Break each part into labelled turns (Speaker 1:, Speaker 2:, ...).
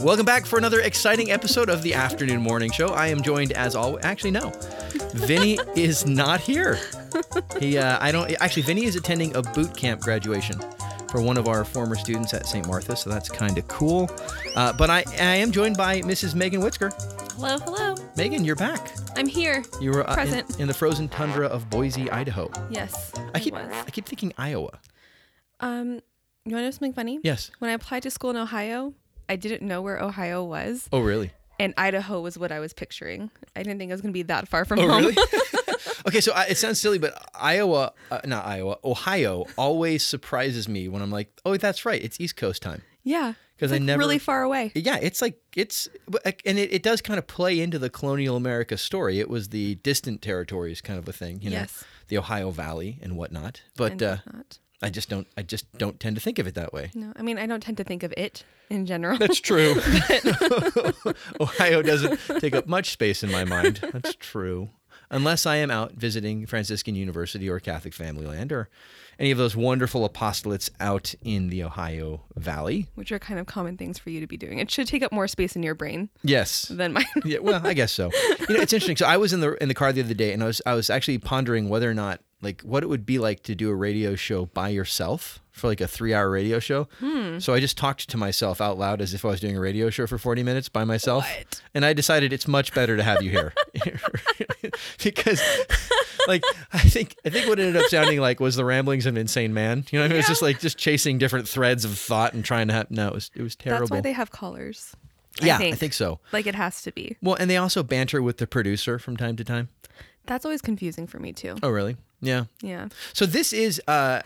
Speaker 1: Welcome back for another exciting episode of the Afternoon Morning Show. I am joined as always. Actually, no, Vinny is not here. He, uh, I don't. Actually, Vinny is attending a boot camp graduation for one of our former students at St. Martha, so that's kind of cool. Uh, but I, I am joined by Mrs. Megan Whitsker.
Speaker 2: Hello, hello.
Speaker 1: Megan, you're back.
Speaker 2: I'm here.
Speaker 1: You were uh, in,
Speaker 2: Present.
Speaker 1: in the frozen tundra of Boise, Idaho.
Speaker 2: Yes.
Speaker 1: I keep,
Speaker 2: was.
Speaker 1: I keep thinking Iowa.
Speaker 2: Um, you want to know something funny?
Speaker 1: Yes.
Speaker 2: When I applied to school in Ohio, I didn't know where Ohio was,
Speaker 1: Oh, really?
Speaker 2: and Idaho was what I was picturing. I didn't think I was going to be that far from
Speaker 1: Oh,
Speaker 2: home.
Speaker 1: really? okay, so I, it sounds silly, but Iowa, uh, not Iowa, Ohio always surprises me when I'm like, oh, that's right, it's East Coast time.
Speaker 2: yeah.
Speaker 1: 'Cause
Speaker 2: It's,
Speaker 1: I
Speaker 2: like,
Speaker 1: never-
Speaker 2: really far away.
Speaker 1: Yeah, it's like, it's, but, like, and it, it does kind of play into the colonial America story. It was the distant territories kind of a thing, you know,
Speaker 2: Yes.
Speaker 1: the Ohio Valley and whatnot. But
Speaker 2: And
Speaker 1: uh,
Speaker 2: not.
Speaker 1: I just don't, I just don't tend to think of it that way.
Speaker 2: No, I mean I don't tend to think of it in general.
Speaker 1: That's true. Ohio doesn't take up much space in my mind. That's true. Unless I am out visiting Franciscan University or Catholic Family Land or any of those wonderful apostolates out in the Ohio Valley.
Speaker 2: which are kind of common things for you to be doing. It should take up more space in your brain
Speaker 1: Yes.
Speaker 2: than mine.
Speaker 1: yeah, well, I guess so. You know, it's interesting. So I was in the in the car the other day, and I was I was actually pondering whether or not like what it would be like to do a radio show by yourself for like a three hour radio show.
Speaker 2: Hmm.
Speaker 1: So I just talked to myself out loud as if I was doing a radio show for forty minutes by myself,
Speaker 2: What?
Speaker 1: and I decided it's much better to have you here because. Like I think I think what it ended up sounding like was the ramblings of an insane man. You know, what I mean? it was just like just chasing different threads of thought and trying to. Have, no, it was it was terrible.
Speaker 2: That's why they have callers.
Speaker 1: yeah,
Speaker 2: I think.
Speaker 1: I think so.
Speaker 2: Like it has to be.
Speaker 1: Well, and they also banter with the producer from time to time.
Speaker 2: That's always confusing for me too.
Speaker 1: Oh, really? Yeah.
Speaker 2: Yeah.
Speaker 1: So this is uh,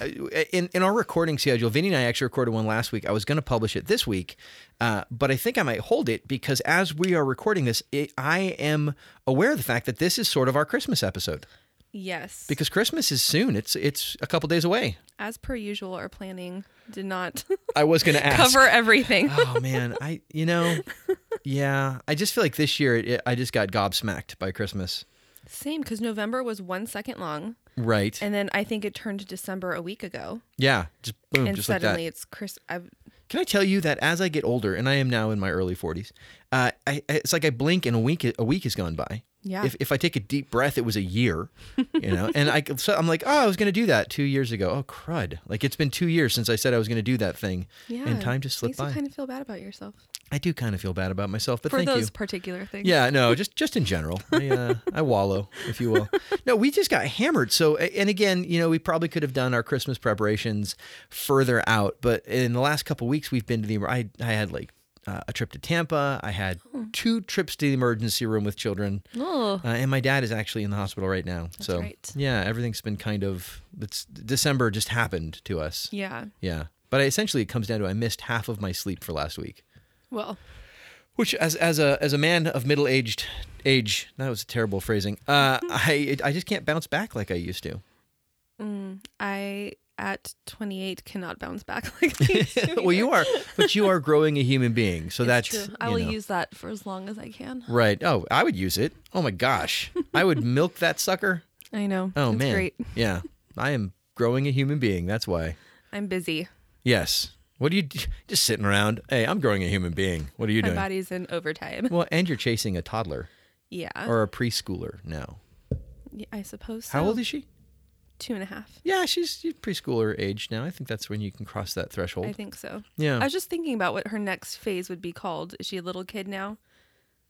Speaker 1: in in our recording schedule. Vinny and I actually recorded one last week. I was going to publish it this week, uh, but I think I might hold it because as we are recording this, it, I am aware of the fact that this is sort of our Christmas episode
Speaker 2: Yes.
Speaker 1: because Christmas is soon. It's it's a couple days away.
Speaker 2: as per usual, our planning did not
Speaker 1: I was going to ask.
Speaker 2: cover everything.
Speaker 1: oh man, I you know, yeah. I just feel like this year it, I just got gobsmacked by Christmas.
Speaker 2: Same, because November was one second long,
Speaker 1: Right.
Speaker 2: and then I think it turned to December a week ago,
Speaker 1: yeah. Just boom.
Speaker 2: and
Speaker 1: Oh, just like that.
Speaker 2: suddenly it's Chris. I,
Speaker 1: Can I tell you that as I get older, and I am now in my early 40s, uh, I, I- it's like I blink and a week a week has gone by.
Speaker 2: Yeah.
Speaker 1: If, if I take a deep breath, it was a year, you know. and I so I'm like, oh, I was going to do that two years ago. Oh crud! Like it's been two years since I said I was going to do that thing,
Speaker 2: yeah,
Speaker 1: and time just slipped
Speaker 2: makes
Speaker 1: by.
Speaker 2: You kind of feel bad about yourself
Speaker 1: I do kind of feel bad about myself, but
Speaker 2: for
Speaker 1: thank
Speaker 2: those
Speaker 1: you.
Speaker 2: particular things.
Speaker 1: Yeah, no, just just in general. I, uh, I wallow, if you will. No, we just got hammered. So, and again, you know, we probably could have done our Christmas preparations further out, but in the last couple weeks, we've been to the. I I had like uh, a trip to Tampa. I had two trips to the emergency room with children,
Speaker 2: Oh,
Speaker 1: uh, and my dad is actually in the hospital right now. so,
Speaker 2: right.
Speaker 1: yeah, everything's been kind of. It's December just happened to us.
Speaker 2: yeah.
Speaker 1: Yeah, but I, essentially, it comes down to I missed half of my sleep for last week.
Speaker 2: Well,
Speaker 1: Which, as as a as a man of middle aged age, that was terrible phrasing. Uh,
Speaker 2: Mm-hmm.
Speaker 1: I I just can't bounce back like I used to.
Speaker 2: mm, I at 28 cannot bounce back like these.
Speaker 1: well, you are, but you are growing a human being, so that's
Speaker 2: True.
Speaker 1: you
Speaker 2: I will
Speaker 1: know.
Speaker 2: use that for as long as I can.
Speaker 1: right. Oh, I would use it. Oh my gosh, I would milk that sucker.
Speaker 2: I know.
Speaker 1: Oh
Speaker 2: it's
Speaker 1: man,
Speaker 2: great.
Speaker 1: yeah, I am growing a human being. That's why.
Speaker 2: I'm busy.
Speaker 1: Yes. What are you d- just sitting around? Hey, I'm growing a human being. What are you
Speaker 2: My
Speaker 1: doing?
Speaker 2: body's in overtime.
Speaker 1: Well, and you're chasing a toddler
Speaker 2: Yeah.
Speaker 1: or a preschooler now.
Speaker 2: Yeah, I suppose.
Speaker 1: How
Speaker 2: Uh-huh. so.
Speaker 1: old is she?
Speaker 2: Two and a half.
Speaker 1: Yeah, she's she's preschooler age now. I think that's when you can cross that threshold.
Speaker 2: I think so.
Speaker 1: yeah.
Speaker 2: I was just thinking about what her next phase would be called. Is she a little kid now?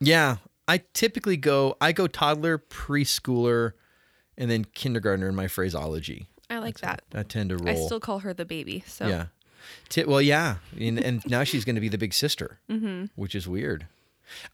Speaker 1: yeah. I typically go I go toddler, preschooler, and then kindergartner in my phraseology.
Speaker 2: I like that.
Speaker 1: I tend to roll.
Speaker 2: I still call her the baby. So
Speaker 1: Yeah. Ti- well, yeah, and, and now she's going to be the big sister, mm-hmm. which is weird.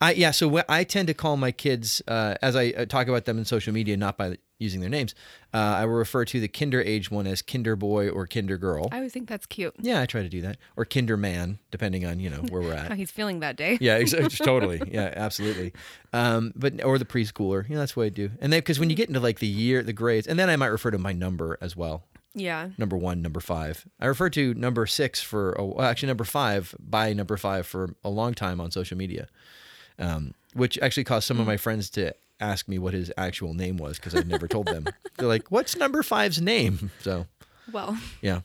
Speaker 1: I yeah, so wh- I tend to call my kids uh, as I uh, talk about them in social media, not by using their names. Uh, I will refer to the kinder age one as kinder boy or kinder girl.
Speaker 2: I always think that's cute.
Speaker 1: yeah, I try to do that, or kinder man, depending on you know where we're at.
Speaker 2: How he's feeling that day.
Speaker 1: Yeah, exactly. totally. Yeah, absolutely. Um, but or the preschooler. You know, that's what I do. And then because when you get into like the year, the grades, and then I might refer to my number as well.
Speaker 2: Yeah.
Speaker 1: Number one, number five. I refer to number six for a, well, actually number five by number five for a long time on social media, um, which actually caused some of my friends to ask me what his actual name was because I never told them. They're like, "What's number five's name?" So
Speaker 2: Well,
Speaker 1: yeah.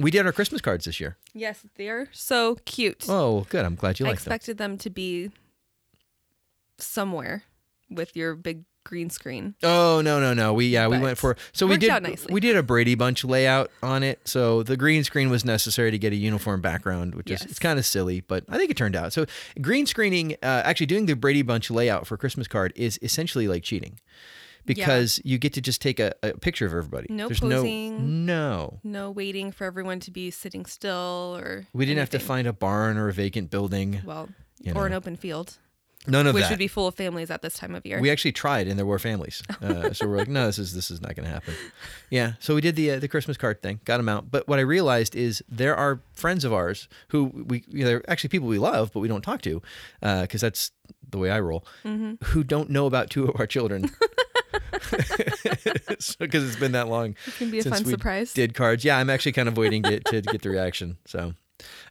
Speaker 1: We did our Christmas cards this year.
Speaker 2: Yes, they're so cute.
Speaker 1: Oh, good. I'm glad you
Speaker 2: I
Speaker 1: like them.
Speaker 2: expected them to be somewhere with your big green screen.
Speaker 1: Oh no no no! We yeah we
Speaker 2: But
Speaker 1: went for so we
Speaker 2: worked
Speaker 1: did
Speaker 2: out nicely.
Speaker 1: we did a Brady Bunch layout on it. So the green screen was necessary to get a uniform background, which
Speaker 2: Yes.
Speaker 1: is it's kind of silly, but I think it turned out. So green screening, uh, actually doing the Brady Bunch layout for Christmas card is essentially like cheating, because you get to just take a, a picture of everybody.
Speaker 2: No
Speaker 1: There's
Speaker 2: posing.
Speaker 1: no no.
Speaker 2: No waiting for everyone to be sitting still or
Speaker 1: We didn't have to
Speaker 2: anything.
Speaker 1: find a barn or a vacant building.
Speaker 2: well
Speaker 1: You
Speaker 2: or
Speaker 1: know.
Speaker 2: an open field,
Speaker 1: None of
Speaker 2: which
Speaker 1: that.
Speaker 2: would be full of families at this time of year.
Speaker 1: we actually tried, and there were families. Uh, so we're like, no, this is this is not going to happen. Yeah. So we did the uh, the Christmas card thing, got them out. But what I realized is there are friends of ours who we you know, they're actually people we love, but we don't talk to, because that's the way I roll.
Speaker 2: Mm-hmm.
Speaker 1: Who don't know about two of our children. Because it's been that long.
Speaker 2: it can be a
Speaker 1: since
Speaker 2: fun
Speaker 1: we
Speaker 2: surprise.
Speaker 1: Did cards? Yeah, I'm actually kind of waiting to, to get the reaction. So,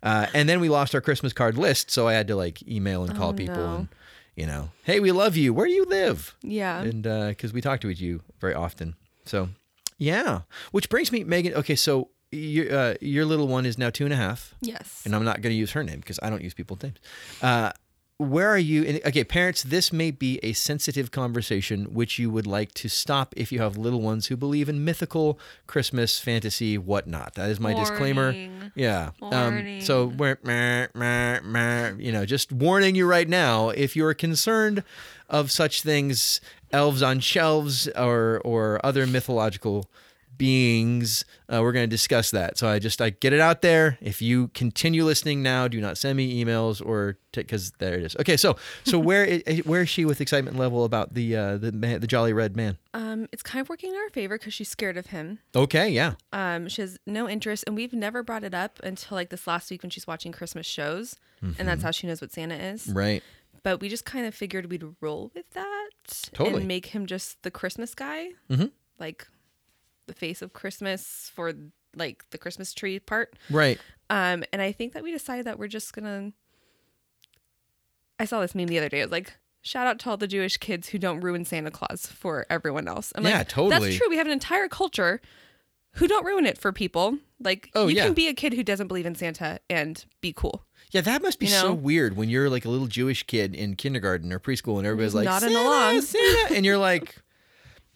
Speaker 1: uh, and then we lost our Christmas card list, so I had to like email and call
Speaker 2: Oh,
Speaker 1: people
Speaker 2: no.
Speaker 1: and you know, hey, we love you. Where do you live?
Speaker 2: yeah.
Speaker 1: and because we talk to you very often. So, yeah. Which brings me, Megan. Okay, so your uh, your little one is now two and a half,
Speaker 2: yes.
Speaker 1: and I'm not going to use her name because I don't use people's names. Uh, where are you? And, okay, parents, this may be a sensitive conversation which you would like to stop if you have little ones who believe in mythical Christmas fantasy, whatnot. That is my disclaimer.
Speaker 2: Warning.
Speaker 1: Yeah. Um, so we're meh, meh, meh, you know just warning you right now if you're concerned of such things, elves on shelves or or other mythological beings. Uh, we're going to discuss that. So I just I get it out there. If you continue listening now, do not send me emails or because there it is. Okay. So so where i- where is she with excitement level about the uh, the man, the jolly red man?
Speaker 2: Um, it's kind of working in our favor because she's scared of him.
Speaker 1: Okay. Yeah.
Speaker 2: Um, she has no interest, and we've never brought it up until like this last week when she's watching Christmas shows, and that's how she knows what Santa is.
Speaker 1: Right.
Speaker 2: But we just kind of figured we'd roll with that
Speaker 1: Totally.
Speaker 2: and make him just the Christmas guy,
Speaker 1: Mhm.
Speaker 2: like the face of Christmas for like the Christmas tree part.
Speaker 1: Right.
Speaker 2: Um, and I think that we decided that we're just gonna. I saw this meme the other day. It was like, shout out to all the Jewish kids who don't ruin Santa Claus for everyone else. I'm
Speaker 1: Yeah,
Speaker 2: like,
Speaker 1: totally.
Speaker 2: That's true. We have an entire culture who don't ruin it for people. Like,
Speaker 1: Oh,
Speaker 2: you
Speaker 1: yeah.
Speaker 2: can be a kid who doesn't believe in Santa and be cool.
Speaker 1: Yeah, that must be
Speaker 2: You
Speaker 1: so
Speaker 2: know?
Speaker 1: weird when you're like a little Jewish kid in kindergarten or preschool and everybody's like,
Speaker 2: Nodding
Speaker 1: Santa,
Speaker 2: along.
Speaker 1: Santa, and you're like,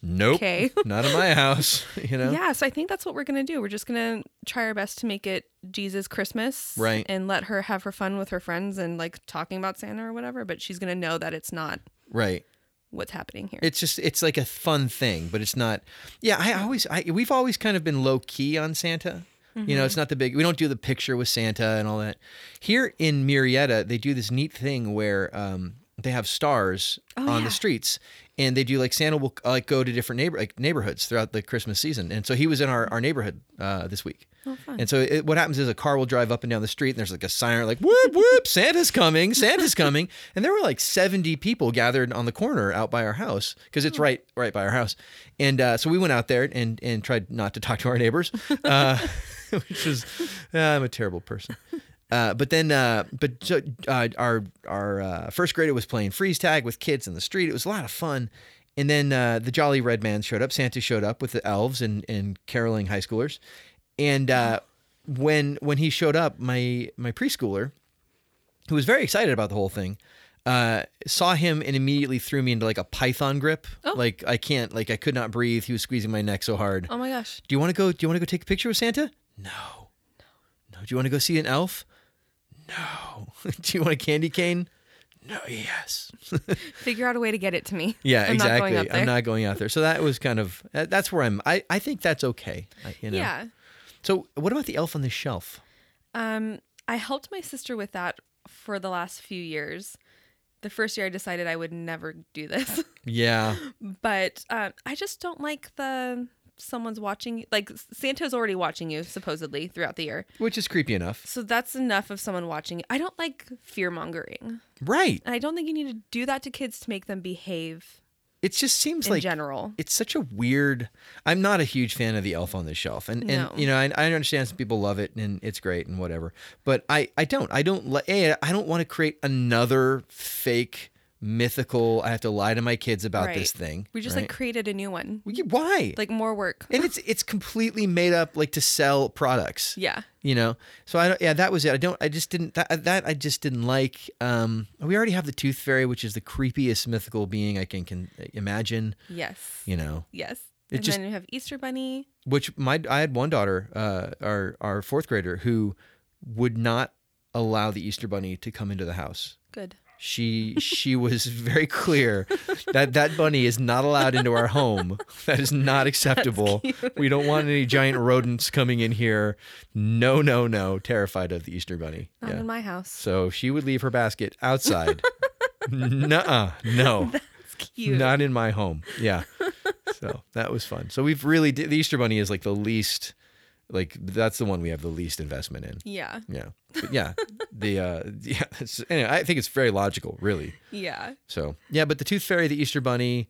Speaker 1: nope,
Speaker 2: Okay.
Speaker 1: not in my house, you know?
Speaker 2: Yeah. So I think that's what we're gonna do. We're just gonna try our best to make it Jesus Christmas,
Speaker 1: Right.
Speaker 2: And let her have her fun with her friends and like talking about Santa or whatever. But she's gonna know that it's not
Speaker 1: Right.
Speaker 2: what's happening here.
Speaker 1: It's just, it's like a fun thing, but it's not, yeah, I always, I, we've always kind of been low key on Santa. You know, it's
Speaker 2: Mm-hmm.
Speaker 1: not the big, we don't do the picture with Santa and all that. Here in Murrieta, they do this neat thing where um, they have stars
Speaker 2: Oh,
Speaker 1: on
Speaker 2: yeah.
Speaker 1: the streets and they do like Santa will uh, like go to different neighbor like neighborhoods throughout the Christmas season. And so he was in our, our neighborhood uh, this week.
Speaker 2: oh, fun.
Speaker 1: And so it, what happens is a car will drive up and down the street, and there's like a siren, like whoop whoop, Santa's coming, Santa's coming. And there were like 70 people gathered on the corner out by our house because
Speaker 2: Oh.
Speaker 1: it's right right by our house. And uh, so we went out there and and tried not to talk to our neighbors, uh, which is uh, I'm a terrible person. Uh, but then, uh, but ju- uh, our our uh, first grader was playing freeze tag with kids in the street. It was a lot of fun. And then uh, the Jolly Red Man showed up. Santa showed up with the elves and and caroling high schoolers. And uh, when when he showed up, my my preschooler, who was very excited about the whole thing, uh, saw him and immediately threw me into like a python grip.
Speaker 2: Oh.
Speaker 1: Like I can't, like I could not breathe. He was squeezing my neck so hard.
Speaker 2: oh my gosh.
Speaker 1: Do you want to go? Do you want to go take a picture with Santa? No. No. Do you want to go see an elf? No. do you want a candy cane? No. Yes.
Speaker 2: figure out a way to get it to me.
Speaker 1: Yeah.
Speaker 2: I'm
Speaker 1: exactly.
Speaker 2: Not going out there.
Speaker 1: I'm not going out there. So that was kind of that- that's where I'm. I I think that's okay. I, you know?
Speaker 2: Yeah.
Speaker 1: So what about the elf on the shelf?
Speaker 2: Um, I helped my sister with that for the last few years. The first year I decided I would never do this,
Speaker 1: Yeah.
Speaker 2: but um, I just don't like the someone's watching. you- Like Santa's already watching you supposedly throughout the year,
Speaker 1: Which is creepy enough.
Speaker 2: so that's enough of someone watching. you. I don't like fear mongering,
Speaker 1: Right.
Speaker 2: and I don't think you need to do that to kids to make them behave
Speaker 1: It just seems
Speaker 2: in
Speaker 1: like
Speaker 2: general.
Speaker 1: it's such a weird. I'm not a huge fan of the Elf on the Shelf, and
Speaker 2: No.
Speaker 1: and you know I, I understand some people love it and it's great and whatever, but I I don't I don't li- a I don't want to create another fake mythical. I have to lie to my kids about this
Speaker 2: Right.
Speaker 1: thing.
Speaker 2: We just
Speaker 1: right?
Speaker 2: like created a new one.
Speaker 1: We- why?
Speaker 2: Like more work.
Speaker 1: and it's it's completely made up like to sell products.
Speaker 2: yeah.
Speaker 1: You know, so I don't. Yeah, that was it. I don't. I just didn't. That, that I just didn't like. Um, we already have the Tooth Fairy, which is the creepiest mythical being I can can imagine.
Speaker 2: Yes.
Speaker 1: You know,
Speaker 2: Yes.
Speaker 1: It
Speaker 2: and
Speaker 1: just-
Speaker 2: then you have Easter Bunny.
Speaker 1: which my I had one daughter, uh, our our fourth grader, who would not allow the Easter Bunny to come into the house.
Speaker 2: Good.
Speaker 1: She she was very clear that that bunny is not allowed into our home. That is not acceptable. We don't want any giant rodents coming in here. No, no, no. Terrified of the Easter bunny.
Speaker 2: Not
Speaker 1: Yeah.
Speaker 2: in my house.
Speaker 1: So she would leave her basket outside. Nuh-uh, no.
Speaker 2: That's cute.
Speaker 1: Not in my home. Yeah. So that was fun. So we've really the Easter bunny is like the least like that's the one we have the least investment in.
Speaker 2: yeah.
Speaker 1: Yeah. But yeah. the uh yeah, it's, anyway, I think it's very logical, really.
Speaker 2: Yeah.
Speaker 1: So yeah, but the Tooth Fairy, the Easter Bunny,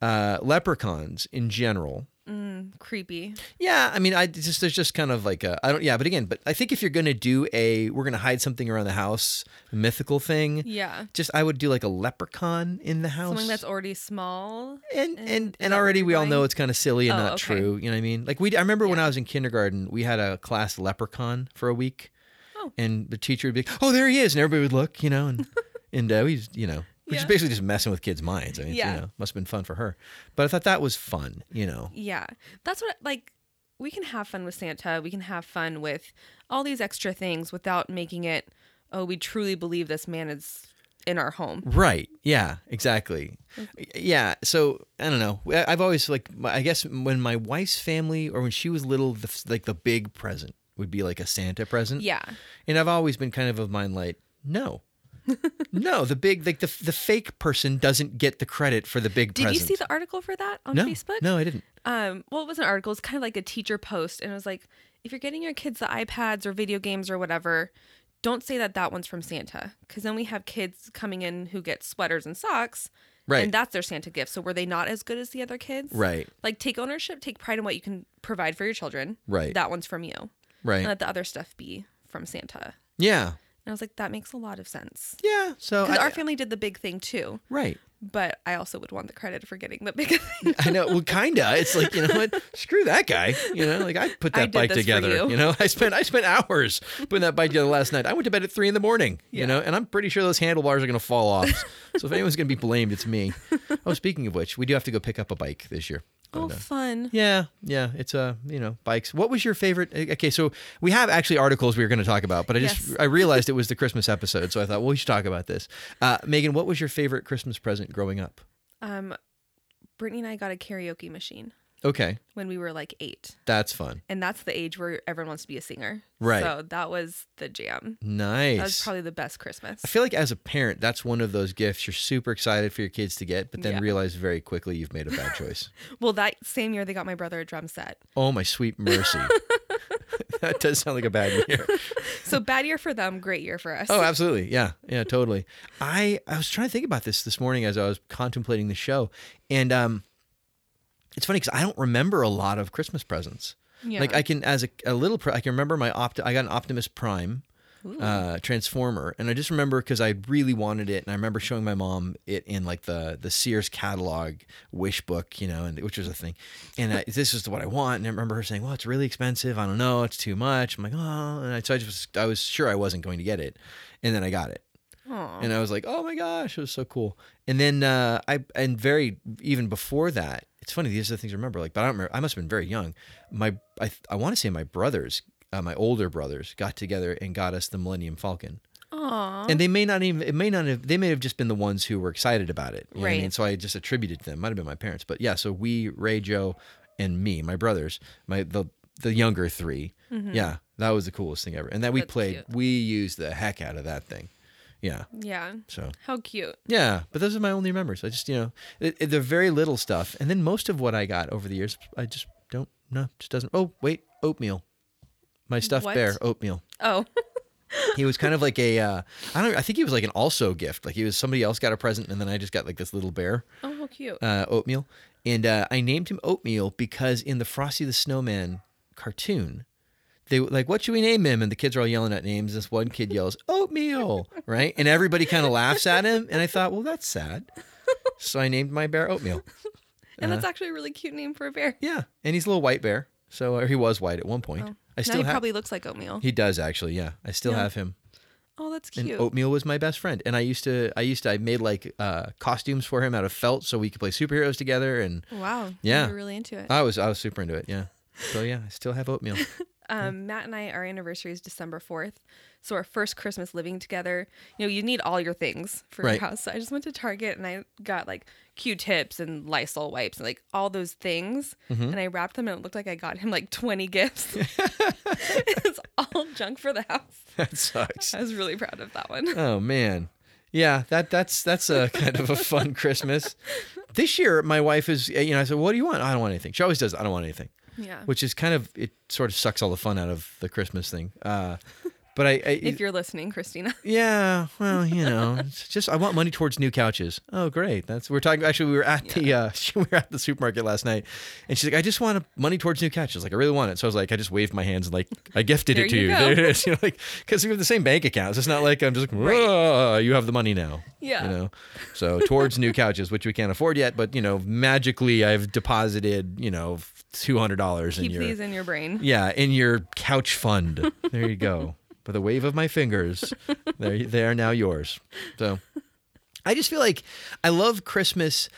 Speaker 1: uh, leprechauns in general.
Speaker 2: Mm, creepy.
Speaker 1: Yeah, I mean, I just there's just kind of like a I don't yeah, but again, but I think if you're gonna do a we're gonna hide something around the house mythical thing,
Speaker 2: Yeah.
Speaker 1: just I would do like a leprechaun in the house.
Speaker 2: Something that's already small.
Speaker 1: and
Speaker 2: and-
Speaker 1: and
Speaker 2: is
Speaker 1: and
Speaker 2: that what
Speaker 1: already
Speaker 2: you're
Speaker 1: we all
Speaker 2: doing?
Speaker 1: know it's kind of silly and
Speaker 2: Oh,
Speaker 1: not
Speaker 2: okay.
Speaker 1: true. You know what I mean? Like we I remember when
Speaker 2: Yeah.
Speaker 1: I was in kindergarten, we had a class leprechaun for a week,
Speaker 2: Oh.
Speaker 1: and the teacher would be like, "Oh, there he is," and everybody would look, you know, and and uh, we just, you know. Which is
Speaker 2: Yeah.
Speaker 1: basically just messing with kids' minds. I mean,
Speaker 2: Yeah.
Speaker 1: you know, must have been fun for her. But I thought that was fun, you know.
Speaker 2: Yeah. That's what like we can have fun with Santa. We can have fun with all these extra things without making it oh, we truly believe this man is in our home.
Speaker 1: Right. Yeah, exactly. Yeah. So I don't know. I- I've always like, I guess when my wife's family or when she was little, the, f- like the big present would be like a Santa present.
Speaker 2: Yeah.
Speaker 1: And I've always been kind of of mind like, no. no, the big like the the fake person doesn't get the credit for the big
Speaker 2: Did
Speaker 1: present.
Speaker 2: you see the article for that on
Speaker 1: no,
Speaker 2: Facebook?
Speaker 1: No, I didn't.
Speaker 2: Um, well, it was an article. It's kind of like a teacher post, and it was like, if you're getting your kids the iPads or video games or whatever, don't say that that one's from Santa, because then we have kids coming in who get sweaters and socks,
Speaker 1: Right.
Speaker 2: And that's their Santa gift. So were they not as good as the other kids?
Speaker 1: Right.
Speaker 2: Like, take ownership, take pride in what you can provide for your children.
Speaker 1: Right.
Speaker 2: That one's from you.
Speaker 1: Right.
Speaker 2: And let the other stuff be from Santa.
Speaker 1: yeah.
Speaker 2: And I was like, that makes a lot of sense.
Speaker 1: Yeah. So
Speaker 2: Because
Speaker 1: I-
Speaker 2: our family did the big thing too,
Speaker 1: right.
Speaker 2: but I also would want the credit for getting the big thing.
Speaker 1: I know. Well, kinda. It's like you know what? Screw that guy. You know, like I put
Speaker 2: I
Speaker 1: that
Speaker 2: did
Speaker 1: bike
Speaker 2: this for
Speaker 1: together.
Speaker 2: you.
Speaker 1: know, I spent I spent hours putting that bike together last night. I went to bed at three in the morning. You
Speaker 2: Yeah.
Speaker 1: know, and I'm pretty sure those handlebars are gonna fall off. so if anyone's gonna be blamed, it's me. Oh, speaking of which, we do have to go pick up a bike this year. uh,
Speaker 2: oh, fun.
Speaker 1: Yeah, yeah, it's uh, you know, bikes. What was your favorite? eh, Okay, so we have actually articles we were going to talk about, but I just
Speaker 2: Yes.
Speaker 1: I realized it was the Christmas episode, so I thought well, we should talk about this. Uh, Megan, what was your favorite Christmas present growing up?
Speaker 2: Um, Brittany and I got a karaoke machine
Speaker 1: Okay,
Speaker 2: when we were like eight,
Speaker 1: that's fun.
Speaker 2: and that's the age where everyone wants to be a singer.
Speaker 1: Right.
Speaker 2: So that was the jam.
Speaker 1: Nice.
Speaker 2: That was probably the best Christmas.
Speaker 1: I feel like as a parent, that's one of those gifts you're super excited for your kids to get, but then
Speaker 2: Yeah.
Speaker 1: realize very quickly you've made a bad choice.
Speaker 2: Well, that same year they got my brother a drum set.
Speaker 1: oh my sweet mercy. that does sound like a bad year.
Speaker 2: So bad year for them, great year for us.
Speaker 1: Oh, absolutely. Yeah. Yeah, totally. I I was trying to think about this this morning as I was contemplating the show. And um it's funny cuz I don't remember a lot of Christmas presents.
Speaker 2: yeah.
Speaker 1: Like I can as a, a little pr- I can remember my Opti- I got an Optimus Prime
Speaker 2: Ooh.
Speaker 1: uh Transformer and I just remember cuz I really wanted it and I remember showing my mom it in like the the Sears catalog wish book, you know, and which was a thing. And I, this is what I want and I remember her saying, "Well, it's really expensive. I don't know. It's too much." I'm like, "Oh." And I, so I just I was sure I wasn't going to get it. And then I got it
Speaker 2: Aw.
Speaker 1: and I was like, "Oh my gosh, it was so cool." And then uh, I and very even before that, it's funny. These are the things I remember. Like, but I don't remember. I must have been very young. My I I want to say my brothers, uh, my older brothers, got together and got us the Millennium Falcon.
Speaker 2: Aw.
Speaker 1: And they may not even it may not have they may have just been the ones who were excited about it. You know what I
Speaker 2: Right.
Speaker 1: mean? So I just attributed to them. Might have been my parents, but yeah. So we Ray Joe and me, my brothers, my the the younger 3 Yeah, that was the coolest thing ever. And that we
Speaker 2: Mm-hmm.
Speaker 1: played.
Speaker 2: That's cute.
Speaker 1: We used the heck out of that thing. Yeah.
Speaker 2: yeah.
Speaker 1: So.
Speaker 2: How cute.
Speaker 1: Yeah, but those are my only memories. I just, you know, it, it, they're very little stuff. And then most of what I got over the years, I just don't, no, just doesn't. Oh, wait, oatmeal. My stuffed
Speaker 2: What?
Speaker 1: bear, oatmeal.
Speaker 2: Oh.
Speaker 1: He was kind of like a, uh, I don't, I think he was like an also gift. Like he was somebody else got a present, and then I just got like this little bear,
Speaker 2: Oh, how cute.
Speaker 1: uh, oatmeal. And uh, I named him Oatmeal because in the Frosty the Snowman cartoon, they were like, "What should we name him?" And the kids are all yelling at names. This one kid yells, "Oatmeal!" Right, and everybody kind of laughs at him. And I thought, well, that's sad. So I named my bear Oatmeal.
Speaker 2: And
Speaker 1: uh-huh.
Speaker 2: that's actually a really cute name for a bear.
Speaker 1: Yeah, and he's a little white bear. So or he was white at one point.
Speaker 2: Oh.
Speaker 1: I
Speaker 2: now
Speaker 1: still
Speaker 2: he
Speaker 1: have.
Speaker 2: probably looks like oatmeal.
Speaker 1: he does actually. Yeah, I still
Speaker 2: Yeah.
Speaker 1: have him.
Speaker 2: oh, that's cute.
Speaker 1: And Oatmeal was my best friend. And I used to, I used to, I made like uh, costumes for him out of felt so we could play superheroes together. And
Speaker 2: wow.
Speaker 1: Yeah.
Speaker 2: You're really into it.
Speaker 1: I was, I was super into it. Yeah. So yeah, I still have Oatmeal. Mm.
Speaker 2: Um, Matt and I, our anniversary is December 4th. So our first Christmas living together, you know, you need all your things for
Speaker 1: Right.
Speaker 2: your house. So I just went to Target and I got like Q-tips and Lysol wipes and like all those things.
Speaker 1: Mm-hmm.
Speaker 2: And I wrapped them and it looked like I got him like 20 gifts. it's all junk for the house.
Speaker 1: that sucks.
Speaker 2: I was really proud of that one.
Speaker 1: Oh man. Yeah, that that's that's a kind of a fun Christmas. This year, my wife is eh, you know I said, "What do you want?" I don't want anything. She always does. I don't want anything,
Speaker 2: Yeah.
Speaker 1: which is kind of it. Sort of sucks all the fun out of the Christmas thing. Uh, but I, I
Speaker 2: If you're listening, Christina.
Speaker 1: yeah, well, you know, it's just I want money towards new couches. Oh, great. That's we're talking. Actually, we were at the uh, we were at the supermarket last night, and she's like, "I just want money towards new couches. Like, I really want it." So I was like, I just waved my hands and like, I gifted
Speaker 2: There
Speaker 1: it to
Speaker 2: you
Speaker 1: you.
Speaker 2: go.
Speaker 1: There it is. You know, like because we have the same bank accounts. It's not like I'm just like, "Whoa, you have the money now.
Speaker 2: Yeah.
Speaker 1: You know, so towards new couches, which we can't afford yet, but you know, magically I've deposited you know two hundred dollars in
Speaker 2: Keep
Speaker 1: your
Speaker 2: these in your brain.
Speaker 1: yeah, in your couch fund. There you go. By the wave of my fingers, they they are now yours. So, I just feel like I love Christmas.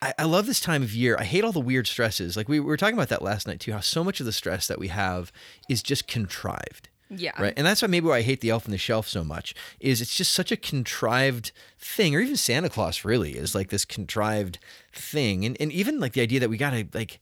Speaker 1: I, I love this time of year. I hate all the weird stresses. Like we, we were talking about that last night too. How so much of the stress that we have is just contrived.
Speaker 2: Yeah.
Speaker 1: Right. And that's why maybe why I hate the elf on the shelf so much is it's just such a contrived thing, or even Santa Claus really is like this contrived thing. And and even like the idea that we gotta like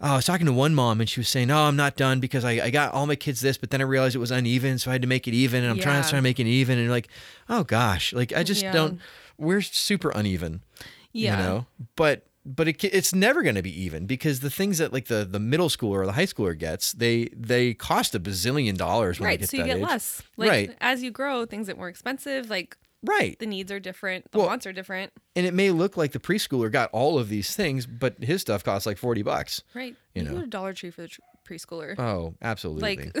Speaker 1: oh, I was talking to one mom and she was saying, Oh, I'm not done because I, I got all my kids this, but then I realized it was uneven, so I had to make it even and I'm trying to
Speaker 2: Yeah.
Speaker 1: try to make it even and you're like, oh gosh. Like I just
Speaker 2: Yeah.
Speaker 1: don't we're super uneven
Speaker 2: Yeah.
Speaker 1: you know but but it, ca- it's never going to be even because the things that like the the middle schooler or the high schooler gets they they cost a bazillion dollars when they
Speaker 2: Right.
Speaker 1: get
Speaker 2: So you
Speaker 1: that
Speaker 2: get
Speaker 1: age.
Speaker 2: less. Like
Speaker 1: Right.
Speaker 2: as you grow, things get more expensive. Like
Speaker 1: right
Speaker 2: the needs are different. The
Speaker 1: Well-
Speaker 2: wants are different.
Speaker 1: and it may look like the preschooler got all of these things but his stuff costs like 40 bucks
Speaker 2: Right.
Speaker 1: You
Speaker 2: You, can
Speaker 1: know.
Speaker 2: go to Dollar Tree for the tr- preschooler.
Speaker 1: oh absolutely
Speaker 2: like,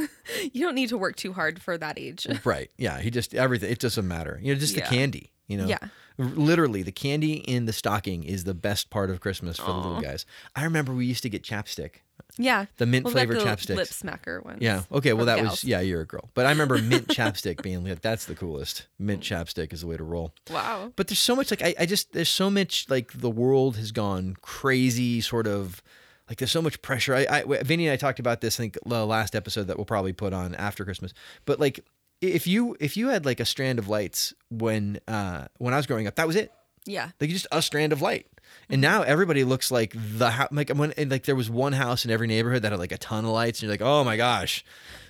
Speaker 2: you don't need to work too hard for that age.
Speaker 1: right yeah he just everything it doesn't matter you know just
Speaker 2: Yeah.
Speaker 1: the candy you know
Speaker 2: Yeah.
Speaker 1: R- literally the candy in the stocking is the best part of christmas for the little guys i remember we used to get chapstick
Speaker 2: Yeah.
Speaker 1: the mint
Speaker 2: Well, we got
Speaker 1: flavored
Speaker 2: the
Speaker 1: chapsticks
Speaker 2: lip smacker ones.
Speaker 1: Yeah. Okay. Well,
Speaker 2: for
Speaker 1: that was
Speaker 2: gals.
Speaker 1: yeah. You're a girl, but I remember mint chapstick being like that's the coolest. Mint chapstick is the way to roll.
Speaker 2: Wow.
Speaker 1: But there's so much like I, I just there's so much like the world has gone crazy. Sort of like there's so much pressure. I, I Vinny and I talked about this. I think the last episode that we'll probably put on after Christmas. But like if you if you had like a strand of lights when uh when I was growing up, that was it.
Speaker 2: Yeah.
Speaker 1: Like just a strand of light. And
Speaker 2: Mm-hmm.
Speaker 1: now everybody looks like the house. Like when and like there was one house in every neighborhood that had like a ton of lights, and you're like, oh my gosh,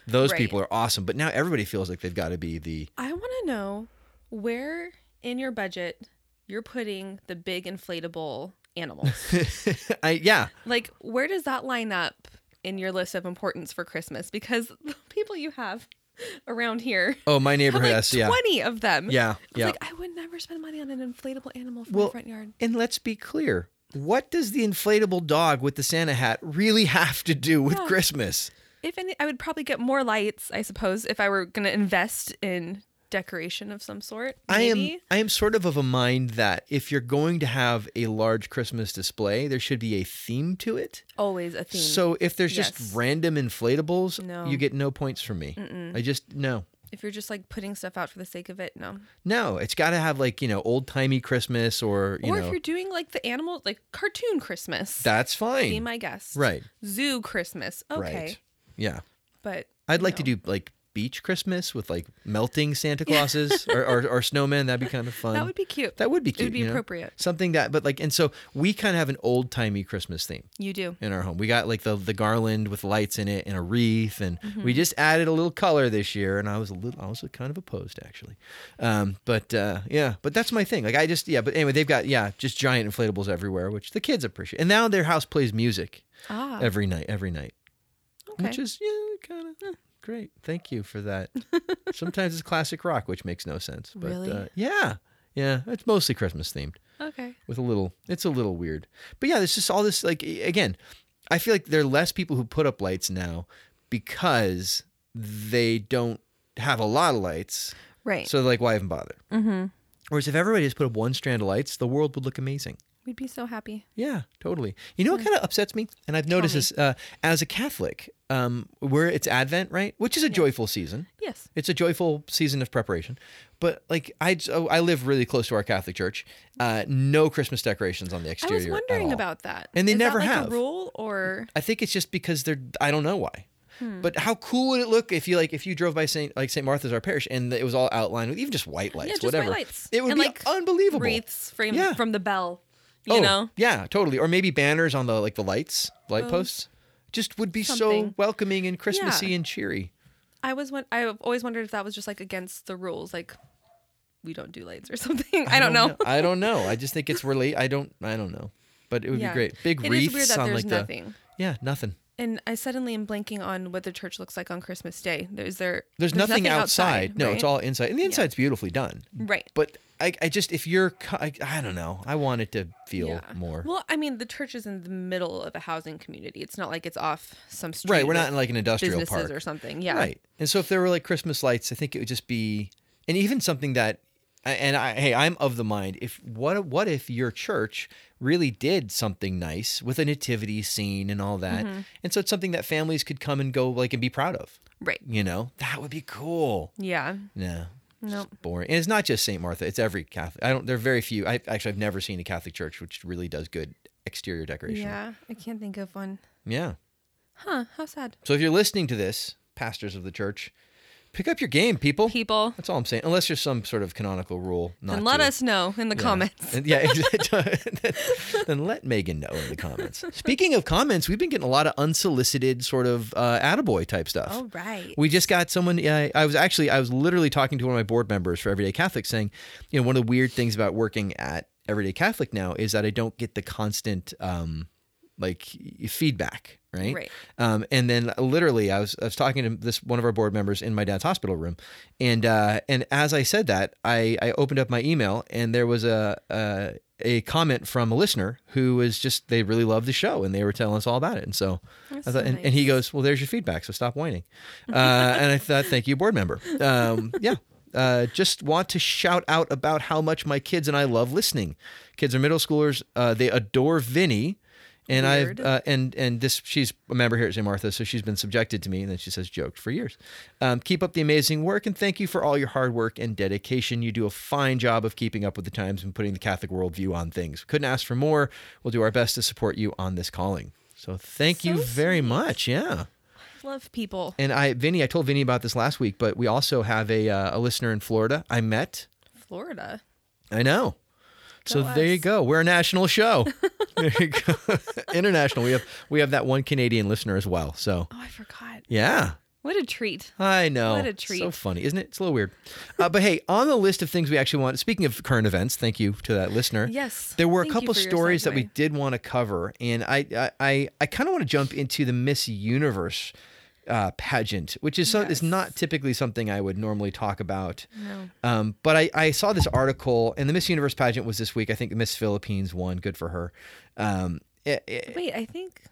Speaker 1: those
Speaker 2: Right.
Speaker 1: people are awesome. But now everybody feels like they've got to be the
Speaker 2: I want to know where in your budget you're putting the big inflatable animals.
Speaker 1: I, yeah
Speaker 2: like, where does that line up in your list of importance for Christmas? Because the people you have around here
Speaker 1: oh my
Speaker 2: have
Speaker 1: neighborhood
Speaker 2: like
Speaker 1: has yeah
Speaker 2: 20 of them.
Speaker 1: yeah
Speaker 2: I was
Speaker 1: yeah.
Speaker 2: like, I would never spend money on an inflatable animal for
Speaker 1: Well,
Speaker 2: my front yard.
Speaker 1: and let's be clear. What does the inflatable dog with the Santa hat really have to do with
Speaker 2: Yeah.
Speaker 1: Christmas?
Speaker 2: If any, I would probably get more lights, I suppose, if I were going to invest in decoration of some sort.
Speaker 1: I am
Speaker 2: Maybe.
Speaker 1: I am sort of of a mind that if you're going to have a large Christmas display, there should be a theme to it.
Speaker 2: always a theme.
Speaker 1: So if there's
Speaker 2: Yes.
Speaker 1: just random inflatables,
Speaker 2: No.
Speaker 1: you get no points from me. I just no.
Speaker 2: if you're just like putting stuff out for the sake of it, no.
Speaker 1: No, it's got to have like, you know, old-timey Christmas or, you
Speaker 2: or if
Speaker 1: know,
Speaker 2: you're doing like the animal, like cartoon Christmas,
Speaker 1: that's
Speaker 2: be
Speaker 1: fine.
Speaker 2: my guest.
Speaker 1: right.
Speaker 2: Zoo Christmas. Okay.
Speaker 1: Right. Yeah.
Speaker 2: But
Speaker 1: I'd like to do like beach Christmas with like melting Santa Clauses or, or or snowmen, that'd be kind of fun.
Speaker 2: that would be cute.
Speaker 1: That would be
Speaker 2: it
Speaker 1: cute.
Speaker 2: would be
Speaker 1: you know?
Speaker 2: appropriate.
Speaker 1: Something that but like and so we kind of have an old-timey Christmas theme.
Speaker 2: You do.
Speaker 1: in our home. We got like the the garland with lights in it and a wreath, and
Speaker 2: Mm-hmm.
Speaker 1: we just added a little color this year. And I was a little, I was kind of opposed actually, um, but uh, yeah, but that's my thing. Like I just yeah, but anyway, they've got yeah, just giant inflatables everywhere, which the kids appreciate. And now their house plays music
Speaker 2: Ah.
Speaker 1: every night, every night,
Speaker 2: okay.
Speaker 1: which is yeah, kind of. Great, thank you for that. Sometimes it's classic rock, which makes no sense. But
Speaker 2: Really?
Speaker 1: uh, yeah, yeah, it's mostly Christmas themed
Speaker 2: okay.
Speaker 1: with a little it's a little weird but yeah there's just all this like again i feel like there are less people who put up lights now because they don't have a lot of lights.
Speaker 2: Right.
Speaker 1: So, like, why even bother?
Speaker 2: mm-hmm.
Speaker 1: Whereas if everybody just put up one strand of lights, the world would look amazing.
Speaker 2: We'd be so happy.
Speaker 1: Yeah, totally. You know what kind of upsets me, and I've noticed
Speaker 2: me.
Speaker 1: this uh, as a Catholic, um, where it's Advent, right? Which is a joyful season.
Speaker 2: Yes.
Speaker 1: It's a joyful season of preparation, but like I, oh, I live really close to our Catholic church. Uh, no Christmas decorations on the
Speaker 2: I
Speaker 1: exterior.
Speaker 2: was
Speaker 1: at
Speaker 2: wondering
Speaker 1: all.
Speaker 2: about that.
Speaker 1: And they
Speaker 2: Is that
Speaker 1: never
Speaker 2: like
Speaker 1: have.
Speaker 2: a rule or
Speaker 1: I think it's just because they're. I don't know why.
Speaker 2: Hmm.
Speaker 1: But how cool would it look if you like if you drove by St. like St. Martha's our parish and it was all outlined with even just white lights,
Speaker 2: yeah, just
Speaker 1: whatever.
Speaker 2: white lights.
Speaker 1: It would
Speaker 2: and
Speaker 1: be
Speaker 2: like
Speaker 1: unbelievable.
Speaker 2: wreaths from
Speaker 1: Yeah.
Speaker 2: from the bell. You
Speaker 1: oh,
Speaker 2: know, Oh,
Speaker 1: Yeah, totally. Or maybe banners on the like the lights, light posts. Just would be so
Speaker 2: Something.
Speaker 1: welcoming and Christmassy and cheery.
Speaker 2: I was one. I've always wondered if that was just like against the rules, like we don't do lights or something. I, don't, know.
Speaker 1: I don't know. I just think it's relate. I don't. I don't know. But it would
Speaker 2: Yeah.
Speaker 1: be great. Big
Speaker 2: It
Speaker 1: wreaths
Speaker 2: is weird that
Speaker 1: on
Speaker 2: there's
Speaker 1: like
Speaker 2: nothing.
Speaker 1: the yeah nothing.
Speaker 2: And I suddenly am blanking on what the church looks like on Christmas Day. There's there.
Speaker 1: There's, nothing, outside. No, it's
Speaker 2: right?
Speaker 1: all inside, and the inside's beautifully done.
Speaker 2: right.
Speaker 1: But I, I just if you're co- I, I don't know. I want it to feel
Speaker 2: Yeah.
Speaker 1: more.
Speaker 2: Well, I mean, the church is in the middle of a housing community. It's not like it's off some street.
Speaker 1: right. We're not
Speaker 2: with
Speaker 1: in like an industrial
Speaker 2: businesses
Speaker 1: park
Speaker 2: or something. Yeah.
Speaker 1: Right. And so if there were like Christmas lights, I think it would just be, and even something that, and I, hey, I'm of the mind. If what what if your church really did something nice with a nativity scene and all that,
Speaker 2: Mm-hmm.
Speaker 1: and so it's something that families could come and go like and be proud of.
Speaker 2: Right.
Speaker 1: You know, that would be cool.
Speaker 2: Yeah.
Speaker 1: No. it's
Speaker 2: Nope.
Speaker 1: boring. And it's not just St. Martha. It's every Catholic. I don't. There are very few. I actually I've never seen a Catholic church which really does good exterior decoration.
Speaker 2: Yeah. I can't think of one.
Speaker 1: yeah.
Speaker 2: Huh. How sad.
Speaker 1: So if you're listening to this, pastors of the church, pick up your game, people.
Speaker 2: People.
Speaker 1: That's all I'm saying. Unless there's some sort of canonical rule, not
Speaker 2: And let
Speaker 1: to.
Speaker 2: us know in the
Speaker 1: Yeah.
Speaker 2: comments.
Speaker 1: And- Yeah, exactly. then let Megan know in the comments. Speaking of comments, we've been getting a lot of unsolicited sort of uh, attaboy type stuff.
Speaker 2: All right.
Speaker 1: We just got someone. Uh, I was actually, I was literally talking to one of my board members for Everyday Catholic, saying, you know, one of the weird things about working at Everyday Catholic now is that I don't get the constant, um, like feedback, right?
Speaker 2: Right.
Speaker 1: Um, and then literally, I was I was talking to this one of our board members in my dad's hospital room, and uh, and as I said that, I I opened up my email and there was a. a a comment from a listener who was just they really loved the show and they were telling us all about it and so
Speaker 2: That's
Speaker 1: I thought,
Speaker 2: so
Speaker 1: and, and he goes, "Well, there's your feedback, so stop whining." Uh, and I thought, "Thank you, board member." Um, yeah, uh, just want to shout out about how much my kids and I love listening. Kids are middle schoolers; uh, they adore Vinny, and
Speaker 2: Weird.
Speaker 1: I've uh, and and this she's a member here at St. Martha, so she's been subjected to me, and then she says, "Joked for years." Um, keep up the amazing work, and thank you for all your hard work and dedication. You do a fine job of keeping up with the times and putting the Catholic worldview on things. Couldn't ask for more. We'll do our best to support you on this calling. So thank you
Speaker 2: So
Speaker 1: very much. Yeah.
Speaker 2: Love people.
Speaker 1: And I, Vinny, I told Vinny about this last week, but we also have a, uh, a listener in Florida I met.
Speaker 2: Florida.
Speaker 1: I know. So
Speaker 2: Go
Speaker 1: there you
Speaker 2: us.
Speaker 1: go. We're a national show. there you go. International. We have we have that one Canadian listener as well. So
Speaker 2: Oh, I forgot.
Speaker 1: yeah.
Speaker 2: What a treat.
Speaker 1: I know.
Speaker 2: What a
Speaker 1: It's So
Speaker 2: treat.
Speaker 1: funny, isn't it? It's a little weird. Uh, but hey, on the list of things we actually want, speaking of current events, thank you to that listener.
Speaker 2: Yes.
Speaker 1: There were a
Speaker 2: Thank you
Speaker 1: couple
Speaker 2: for your
Speaker 1: stories that we
Speaker 2: segue.
Speaker 1: did want to cover, and I I, I, I kind of want to jump into the Miss Universe uh, pageant, which is so, is
Speaker 2: Yes.
Speaker 1: not typically something I would normally talk about.
Speaker 2: No.
Speaker 1: Um, but I, I saw this article, and the Miss Universe pageant was this week. I think Miss Philippines won. Good for her. Um, it- it-
Speaker 2: Wait, I think.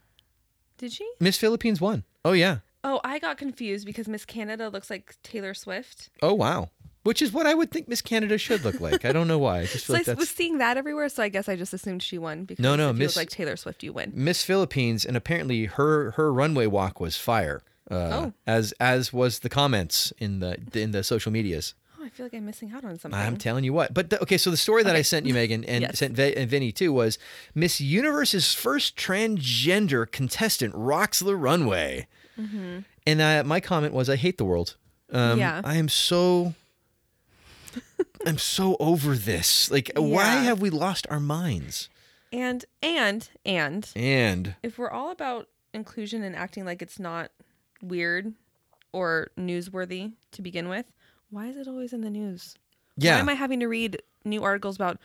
Speaker 2: Did she?
Speaker 1: Miss Philippines won. Oh yeah.
Speaker 2: Oh, I got confused because Miss Canada looks like Taylor Swift.
Speaker 1: Oh wow. Which is what I would think Miss Canada should look like. I don't know why. I just feel
Speaker 2: So I
Speaker 1: like that's
Speaker 2: was seeing that everywhere, so I guess I just assumed she won because
Speaker 1: No, no,
Speaker 2: if you
Speaker 1: Miss-
Speaker 2: look like Taylor Swift, you win.
Speaker 1: Miss Philippines, and apparently her her runway walk was fire. Uh,
Speaker 2: Oh.
Speaker 1: As as was the comments in the in the social medias.
Speaker 2: Oh, I feel like I'm missing out on something.
Speaker 1: I'm telling you what. But the, okay, so the story that I sent you, Megan, and
Speaker 2: Mm-hmm. Yes.
Speaker 1: sent Ve- and Vinny too was Miss Universe's first transgender contestant rocks the runway. And uh, my comment was, I hate the world. Um,
Speaker 2: Mm-hmm. Yeah.
Speaker 1: I am so. I'm so over this. Like, why
Speaker 2: Yeah.
Speaker 1: have we lost our minds?
Speaker 2: and and and
Speaker 1: And
Speaker 2: if we're all about inclusion and acting like it's not weird or newsworthy to begin with, why is it always in the news?
Speaker 1: yeah,
Speaker 2: Why am I having to read new articles about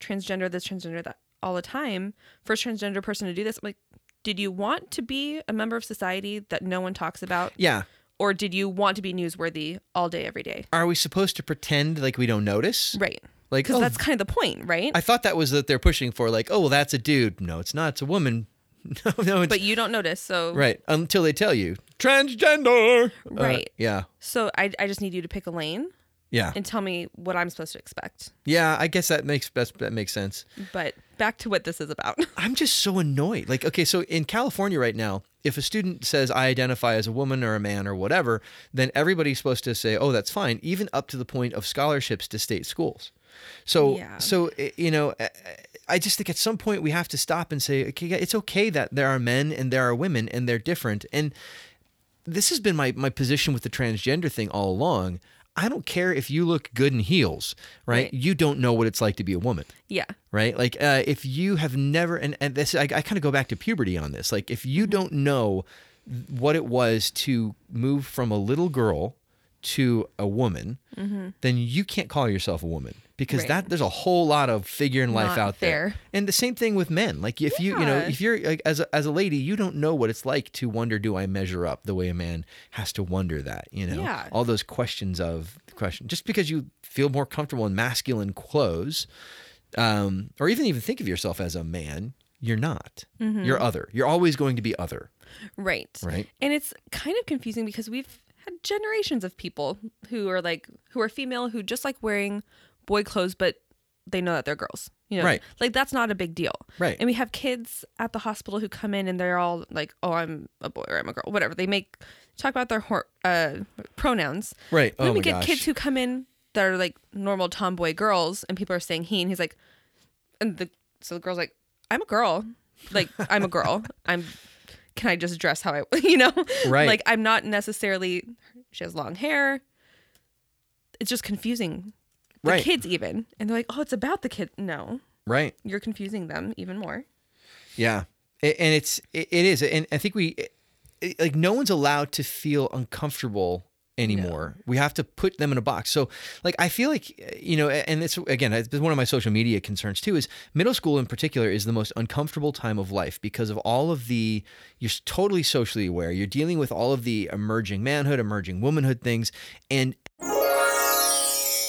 Speaker 2: transgender this, transgender that all the time? First transgender person to do this. I'm like, did you want to be a member of society that no one talks about?
Speaker 1: yeah.
Speaker 2: Or did you want to be newsworthy all day, every day?
Speaker 1: are we supposed to pretend like we don't notice?
Speaker 2: Right.
Speaker 1: Like,
Speaker 2: Because
Speaker 1: oh,
Speaker 2: that's kind of the point, right?
Speaker 1: I thought that was that they're pushing for, like, oh, well, that's a dude. No, it's not. It's a woman. no, no, it's
Speaker 2: But you don't notice. So
Speaker 1: right until they tell you transgender. Uh,
Speaker 2: Right.
Speaker 1: yeah.
Speaker 2: so I, I just need you to pick a lane
Speaker 1: Yeah.
Speaker 2: and tell me what I'm supposed to expect.
Speaker 1: Yeah. I guess that makes best that makes sense.
Speaker 2: But back to what this is about.
Speaker 1: I'm just so annoyed. Like, okay, so in California right now, if a student says I identify as a woman or a man or whatever, then everybody's supposed to say, "Oh, that's fine," even up to the point of scholarships to state schools. So,
Speaker 2: Yeah.
Speaker 1: so i- you know, I- I just think at some point we have to stop and say, "Okay, yeah, it's okay that there are men and there are women and they're different." And this has been my my position with the transgender thing all along. I don't care if you look good in heels, right?
Speaker 2: Right.
Speaker 1: You don't know what it's like to be a woman
Speaker 2: yeah.
Speaker 1: right like uh, if you have never and, and this i, I kind of go back to puberty on this like if
Speaker 2: Mm-hmm.
Speaker 1: you don't know what it was to move from a little girl to a woman then you can't call yourself a woman because
Speaker 2: Mm-hmm. Right.
Speaker 1: that there's a whole lot of figure in life
Speaker 2: Not
Speaker 1: out there
Speaker 2: fair.
Speaker 1: and the same thing with men like if you you know
Speaker 2: Yeah.
Speaker 1: if you're like, as a, as a lady you don't know what it's like to wonder do i measure up the way a man has to wonder that you know
Speaker 2: Yeah.
Speaker 1: all those questions of the question just because you feel more comfortable in masculine clothes um, or even even think of yourself as a man, you're not.
Speaker 2: Mm-hmm.
Speaker 1: You're other. You're always going to be other,
Speaker 2: Right.
Speaker 1: right?
Speaker 2: And it's kind of confusing because we've had generations of people who are like who are female who just like wearing boy clothes but they know that they're girls. You know,
Speaker 1: Right.
Speaker 2: like that's not a big deal.
Speaker 1: Right.
Speaker 2: And we have kids at the hospital who come in and they're all like, "Oh, I'm a boy or I'm a girl," whatever. They make talk about their hor- uh, pronouns.
Speaker 1: Right.
Speaker 2: Then
Speaker 1: oh
Speaker 2: we
Speaker 1: my
Speaker 2: get
Speaker 1: gosh.
Speaker 2: kids who come in that are like normal tomboy girls, and people are saying he, and he's like, and the so the girl's like, I'm a girl, like I'm a girl, I'm. Can I just dress how I, you know,
Speaker 1: Right.
Speaker 2: Like I'm not necessarily. She has long hair. It's just confusing. The
Speaker 1: Right.
Speaker 2: kids even, and they're like, oh, it's about the kid. No,
Speaker 1: right.
Speaker 2: you're confusing them even more.
Speaker 1: Yeah. A- And it's it it is, and I think we it- like no one's allowed to feel uncomfortable anymore. We have to put them in a box. So like I feel like you know, and it's again, it's been one of my social media concerns too. Is middle school in particular is the most uncomfortable time of life because of all of the you're totally socially aware. You're dealing with all of the emerging manhood, emerging womanhood things, and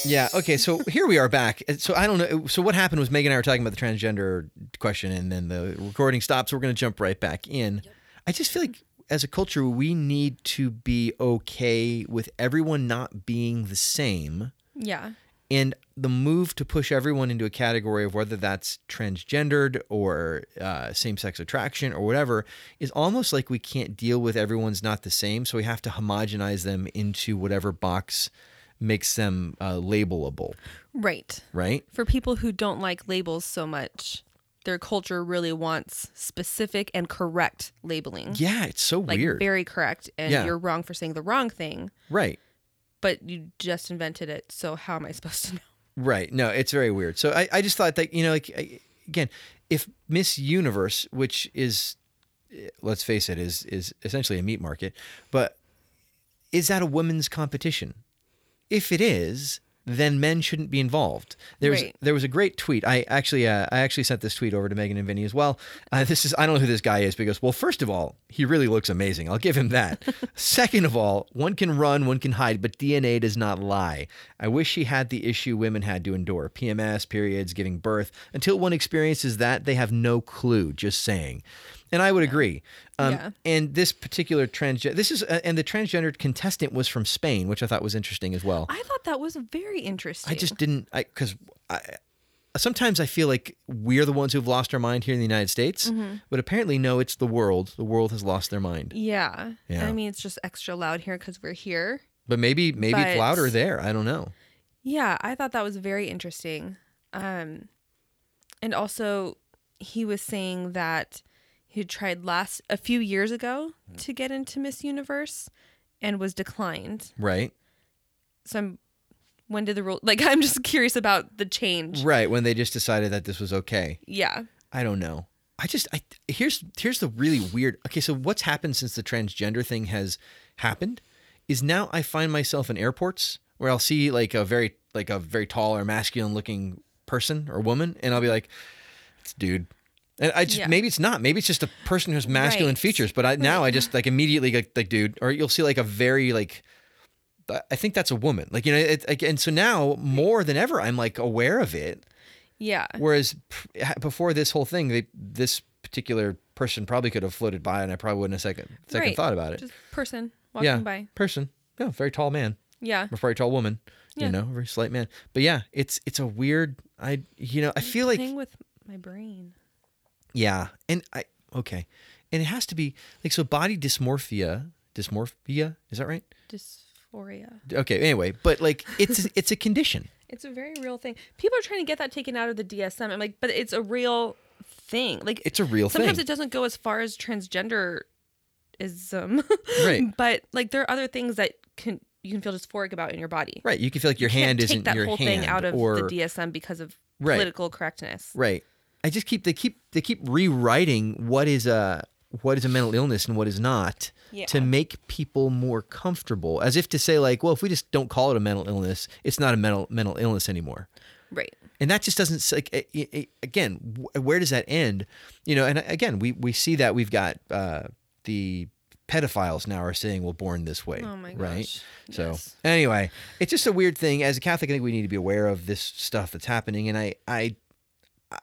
Speaker 1: Yeah. Okay. So here we are back. And So I don't know. uh, So what happened was Megan and I were talking about the transgender question, and then the recording stops. We're going to jump right back in. I just feel like as a culture, we need to be okay with everyone not being the same,
Speaker 2: Yeah,
Speaker 1: and the move to push everyone into a category of whether that's transgendered or uh, same-sex attraction or whatever is almost like we can't deal with everyone's not the same, so we have to homogenize them into whatever box makes them uh, labelable
Speaker 2: right.
Speaker 1: right?
Speaker 2: For people who don't like labels so much, their culture really wants specific and correct labeling.
Speaker 1: Yeah, it's so
Speaker 2: like
Speaker 1: weird.
Speaker 2: very correct and
Speaker 1: Yeah.
Speaker 2: you're wrong for saying the wrong thing
Speaker 1: right.
Speaker 2: but you just invented it so how am i supposed to know
Speaker 1: Right. No, it's very weird. So I, I just thought that, you know, like, I, again, if Miss Universe, which is, eh, let's face it, is is essentially a meat market, but is that a women's competition? If it is, then men shouldn't be involved. There was
Speaker 2: Right.
Speaker 1: there was a great tweet. I actually uh, I actually sent this tweet over to Megan and Vinny as well. Uh, this is I don't know who this guy is because well, first of all, he really looks amazing. I'll give him that. Second of all, one can run, one can hide, but DNA does not lie. I wish she had the issue women had to endure: PMS, periods, giving birth. Until one experiences that, they have no clue. Just saying. And I would agree. Um,
Speaker 2: Yeah.
Speaker 1: And this particular transgender, this is, uh, and the transgendered contestant was from Spain, which I thought was interesting as well.
Speaker 2: i thought that was very interesting
Speaker 1: I just didn't, I because I, sometimes I feel like we're the ones who've lost our mind here in the United States, but apparently no, it's the world. The world has lost their mind.
Speaker 2: yeah.
Speaker 1: Yeah.
Speaker 2: i mean it's just extra loud here because we're here
Speaker 1: But maybe, maybe it's
Speaker 2: But-
Speaker 1: louder there. I don't know.
Speaker 2: yeah i thought that was very interesting um and also he was saying that he tried last a few years ago
Speaker 1: Hmm.
Speaker 2: to get into miss universe and was declined
Speaker 1: Right,
Speaker 2: so i'm when did the rule like i'm just curious about the change
Speaker 1: right. When they just decided that this was okay.
Speaker 2: yeah
Speaker 1: I don't know. I just I here's here's the really weird. Okay, so what's happened since the transgender thing has happened is now I find myself in airports where I'll see like a very like a very tall or masculine looking person or woman and I'll be like it's dude. And I just
Speaker 2: Yeah.
Speaker 1: maybe it's not. Maybe it's just a person who has masculine
Speaker 2: Right.
Speaker 1: features, but I now I just like immediately like, like dude or you'll see like a very like I think that's a woman. Like you know, it, like, and so now more than ever I'm like aware of it.
Speaker 2: yeah
Speaker 1: Whereas p- ha- before this whole thing, they, this particular person probably could have floated by, and I probably wouldn't have second second
Speaker 2: Right.
Speaker 1: thought about it.
Speaker 2: Just person walking
Speaker 1: yeah,
Speaker 2: by.
Speaker 1: person. Yeah, very tall man,
Speaker 2: Yeah.
Speaker 1: or very tall woman.
Speaker 2: Yeah.
Speaker 1: You know, very slight man. But yeah, it's it's a weird. I you know I feel like
Speaker 2: Playing with my brain.
Speaker 1: yeah, and I okay, and it has to be like so body dysmorphia. Dysmorphia is that right?
Speaker 2: Dysphoria.
Speaker 1: Okay, anyway, but like it's it's a condition.
Speaker 2: It's a very real thing. People are trying to get that taken out of the DSM. I'm like, but it's a real thing. Like
Speaker 1: It's a real
Speaker 2: sometimes
Speaker 1: thing.
Speaker 2: it doesn't go as far as transgenderism.
Speaker 1: Right.
Speaker 2: But like there are other things that can you can feel dysphoric about in your body.
Speaker 1: Right, you can feel like your hand
Speaker 2: Can't take
Speaker 1: isn't
Speaker 2: that
Speaker 1: your
Speaker 2: whole
Speaker 1: hand,
Speaker 2: thing out of
Speaker 1: or
Speaker 2: the DSM because of
Speaker 1: Right.
Speaker 2: political correctness.
Speaker 1: Right. I just keep they keep they keep rewriting what is a what is a mental illness and what is not
Speaker 2: Yeah.
Speaker 1: to make people more comfortable, as if to say like, well, if we just don't call it a mental illness, it's not a mental mental illness anymore.
Speaker 2: Right.
Speaker 1: And that just doesn't s- like it, it, it- again. wh- Where does that end? You know, and uh, again, we we see that we've got uh, the pedophiles now are saying, "Well, born this way,"
Speaker 2: Oh my gosh.
Speaker 1: right? So
Speaker 2: Yes.
Speaker 1: anyway, it's just a weird thing. As a Catholic, I think we need to be aware of this stuff that's happening, and I, I, I-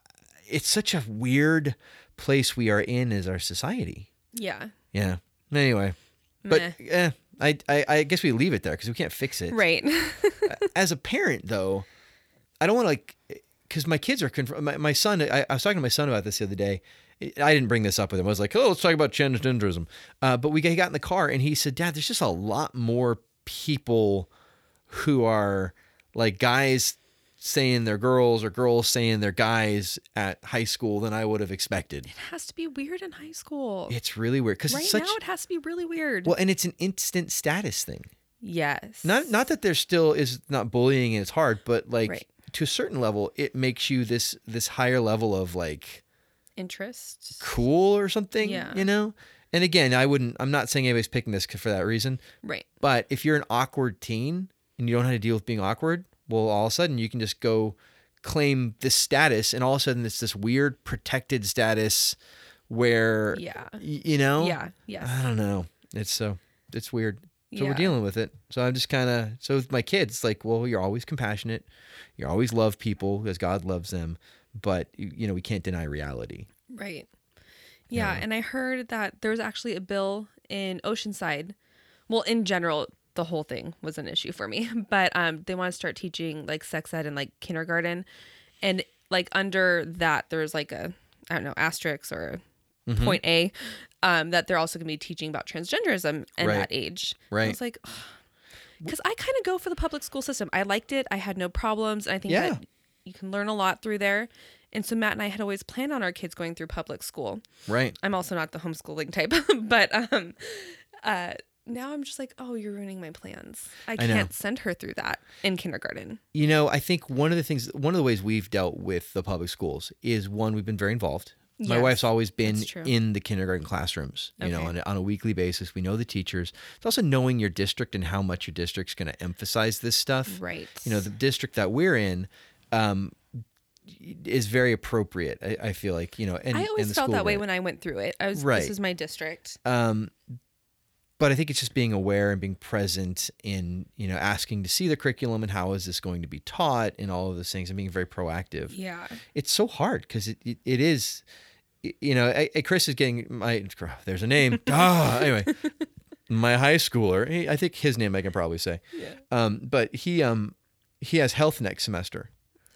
Speaker 1: it's such a weird place we are in as our society.
Speaker 2: Yeah.
Speaker 1: Yeah. Anyway, but
Speaker 2: Meh.
Speaker 1: eh, I, I, I guess we leave it there because we can't fix it.
Speaker 2: Right.
Speaker 1: As a parent, though, I don't want to like because my kids are conf- my, my son. I, I was talking to my son about this the other day. I didn't bring this up with him. I was like, "Oh, let's talk about transgenderism." Uh, but we got- he got in the car and he said, "Dad, there's just a lot more people who are like guys saying they're girls or girls saying they're guys at high school than I would have expected."
Speaker 2: it has to be weird in high school.
Speaker 1: It's really weird because
Speaker 2: right
Speaker 1: it's such
Speaker 2: now it has to be really weird.
Speaker 1: well, and it's an instant status thing.
Speaker 2: yes.
Speaker 1: Not not that there still is not bullying and it's hard, but like
Speaker 2: Right.
Speaker 1: to a certain level, it makes you this this higher level of like
Speaker 2: interest.
Speaker 1: cool or something.
Speaker 2: Yeah.
Speaker 1: You know. And again, I wouldn't. I'm not saying anybody's picking this for that reason.
Speaker 2: Right.
Speaker 1: But if you're an awkward teen and you don't know how to deal with being awkward, well, all of a sudden you can just go claim this status, and all of a sudden it's this weird protected status where
Speaker 2: Yeah.
Speaker 1: y- you know
Speaker 2: Yeah. Yes.
Speaker 1: I don't know. It's so it's weird. Uh, So
Speaker 2: Yeah.
Speaker 1: we're dealing with it. So I'm just kind of so with my kids, like, well, you're always compassionate. You always love people because God loves them. But you you know, we can't deny reality.
Speaker 2: Right. Yeah, and I heard that there was actually a bill in Oceanside. Well, in general, the whole thing was an issue for me, but um, they want to start teaching like sex ed in like kindergarten, and like under that there's like a I don't know asterisk or a
Speaker 1: Mm-hmm.
Speaker 2: point A, um, that they're also going to be teaching about transgenderism at
Speaker 1: Right.
Speaker 2: that age. And I
Speaker 1: Right.
Speaker 2: was like. Because I kind of go for the public school system. I liked it. I had no problems. And I think
Speaker 1: Yeah.
Speaker 2: that you can learn a lot through there. And so Matt and I had always planned on our kids going through public school.
Speaker 1: Right.
Speaker 2: I'm also not the homeschooling type, but um, uh, now I'm just like, oh, you're ruining my plans. I
Speaker 1: know.
Speaker 2: can't send her through that in kindergarten.
Speaker 1: You know, I think one of the things one of the ways we've dealt with the public schools is one, we've been very involved. My
Speaker 2: Yes,
Speaker 1: wife's always been
Speaker 2: that's true.
Speaker 1: in the kindergarten classrooms, you know,
Speaker 2: Okay.
Speaker 1: on a, on a weekly basis. We know the teachers. It's also knowing your district and how much your district's going to emphasize this stuff.
Speaker 2: Right.
Speaker 1: you know the district that we're in um, is very appropriate i, I feel like you know and
Speaker 2: I
Speaker 1: and
Speaker 2: always
Speaker 1: the
Speaker 2: felt
Speaker 1: school
Speaker 2: that way
Speaker 1: we're
Speaker 2: when I went through it. I was
Speaker 1: Right.
Speaker 2: this is my district.
Speaker 1: in. um, but i think it's just being aware and being present in you know asking to see the curriculum and how is this going to be taught and all of those things and being very proactive
Speaker 2: Yeah.
Speaker 1: it's so hard because it, it, it is y- you know I, I- chris is getting my there's a name ah, anyway my high schooler he- i think his name i can probably say
Speaker 2: Yeah.
Speaker 1: um, but he um he has health next semester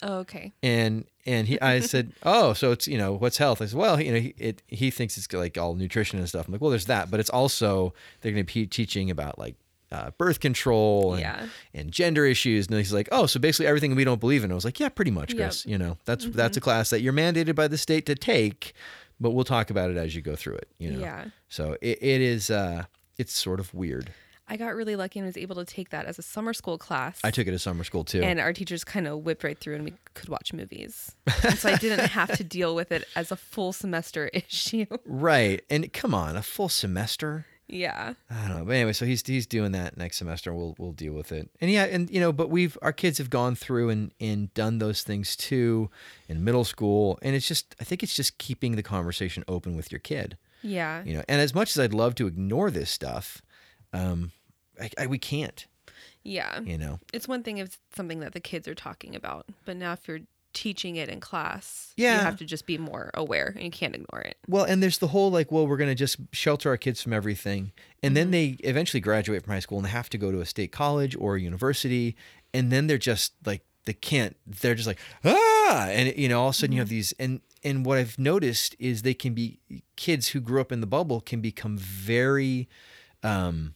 Speaker 2: Oh, okay.
Speaker 1: and and he I said, "Oh, so it's you know what's health?" I said, "Well, you know, he, it he thinks it's like all nutrition and stuff." I'm like, "Well, there's that, but it's also they're going to be teaching about like uh, birth control and
Speaker 2: Yeah.
Speaker 1: and gender issues." And he's like, "Oh, so basically everything we don't believe in." I was like, "Yeah, pretty much,
Speaker 2: Yep. Mm-hmm.
Speaker 1: Chris. You know, that's that's a class that you're mandated by the state to take, but we'll talk about it as you go through it. You know,
Speaker 2: Yeah.
Speaker 1: so it, it is uh it's sort of weird.
Speaker 2: I got really lucky and was able to take that as a summer school class.
Speaker 1: I took it as summer school too.
Speaker 2: and our teachers kind of whipped right through and we could watch movies. And so I didn't have to deal with it as a full semester issue.
Speaker 1: right, and come on, a full semester.
Speaker 2: yeah.
Speaker 1: I don't know. But anyway, so he's he's doing that next semester. We'll we'll deal with it. And yeah, and you know, but we've our kids have gone through and and done those things too in middle school. And it's just I think it's just keeping the conversation open with your kid.
Speaker 2: Yeah.
Speaker 1: You know, and as much as I'd love to ignore this stuff, um, I, I, we can't.
Speaker 2: Yeah.
Speaker 1: You know,
Speaker 2: It's one thing if it's something that the kids are talking about, but now if you're teaching it in class, you
Speaker 1: Yeah.
Speaker 2: have to just be more aware and you can't ignore it.
Speaker 1: Well, and there's the whole like, well, we're going to just shelter our kids from everything. And then they eventually graduate from high school and they have to go to a state college or a university. And then they're just like, they can't, they're just like, ah. And, you know, all of a sudden you have these. And, and what I've noticed is they can be kids who grew up in the bubble can become very, um,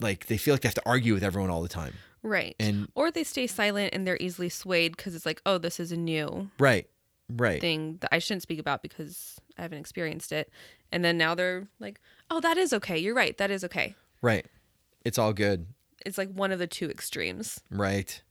Speaker 1: like they feel like they have to argue with everyone all the time.
Speaker 2: Right.
Speaker 1: And
Speaker 2: or they stay silent and they're easily swayed because it's like, oh, this is a new
Speaker 1: right, right.
Speaker 2: thing that I shouldn't speak about because I haven't experienced it. And then now they're like, oh, that is okay. You're right. That is okay.
Speaker 1: Right. It's all good.
Speaker 2: It's like one of the two extremes.
Speaker 1: Right.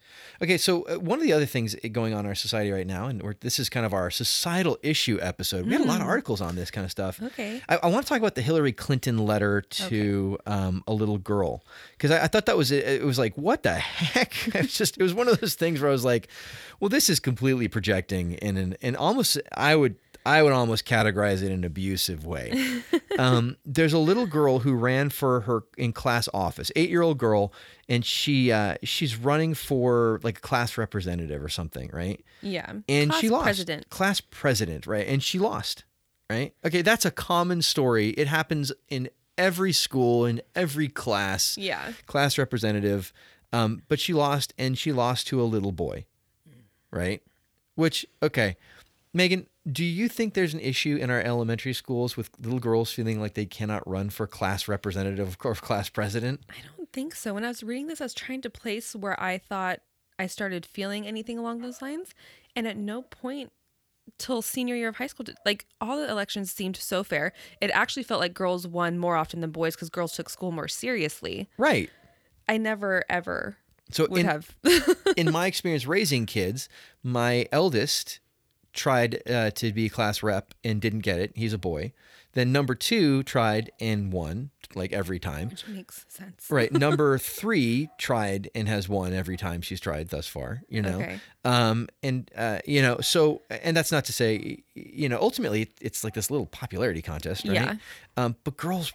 Speaker 1: Okay. So uh, one of the other things going on in our society right now, and we're, this is kind of our societal issue episode. We had a lot of articles on this kind of stuff.
Speaker 2: Okay.
Speaker 1: I, I want to talk about the Hillary Clinton letter to um, a little girl because I, I thought that was it was like what the heck? It was just it was one of those things where I was like, well, this is completely projecting in an and almost I would I would almost categorize it in an abusive way. um, there's a little girl who ran for her in class office, eight year old girl, and she uh, she's running for like a class representative or something, right?
Speaker 2: Yeah.
Speaker 1: and she
Speaker 2: Class
Speaker 1: lost
Speaker 2: President.
Speaker 1: class president right and she lost right okay that's a common story it happens in every school in every class
Speaker 2: Yeah.
Speaker 1: class representative um, but she lost and she lost to a little boy right which okay megan do you think there's an issue in our elementary schools with little girls feeling like they cannot run for class representative or class president
Speaker 2: I don't think so. When I was reading this, I was trying to place where I thought I started feeling anything along those lines. And at no point till senior year of high school, did, like all the elections seemed so fair. It actually felt like girls won more often than boys because girls took school more seriously.
Speaker 1: right
Speaker 2: I never, ever
Speaker 1: so
Speaker 2: would
Speaker 1: in,
Speaker 2: have.
Speaker 1: in my experience raising kids, my eldest tried uh, to be class rep and didn't get it. He's a boy. Then number two tried and won like every time.
Speaker 2: which makes sense.
Speaker 1: Right. Number three tried and has won every time she's tried thus far. You know.
Speaker 2: Okay.
Speaker 1: Um. And uh. You know. So and that's not to say you know ultimately it- it's like this little popularity contest, right?
Speaker 2: Yeah.
Speaker 1: Um. But girls,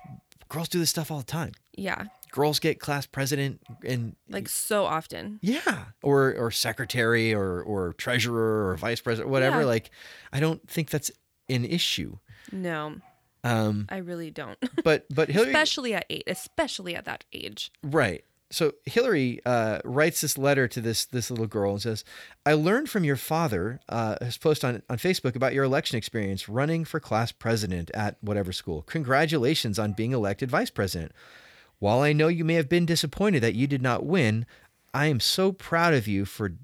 Speaker 1: girls do this stuff all the time.
Speaker 2: Yeah.
Speaker 1: Girls get class president and
Speaker 2: Like so often.
Speaker 1: yeah, or or secretary or or treasurer or vice president, whatever.
Speaker 2: Yeah.
Speaker 1: Like, I don't think that's an issue.
Speaker 2: No,
Speaker 1: Um,
Speaker 2: I really don't.
Speaker 1: but but Hillary,
Speaker 2: especially at eight, especially at that age.
Speaker 1: right? So Hillary uh, writes this letter to this this little girl and says, "I learned from your father uh, his post on on Facebook about your election experience running for class president at whatever school. Congratulations on being elected vice president. While I know you may have been disappointed that you did not win, I am so proud of you for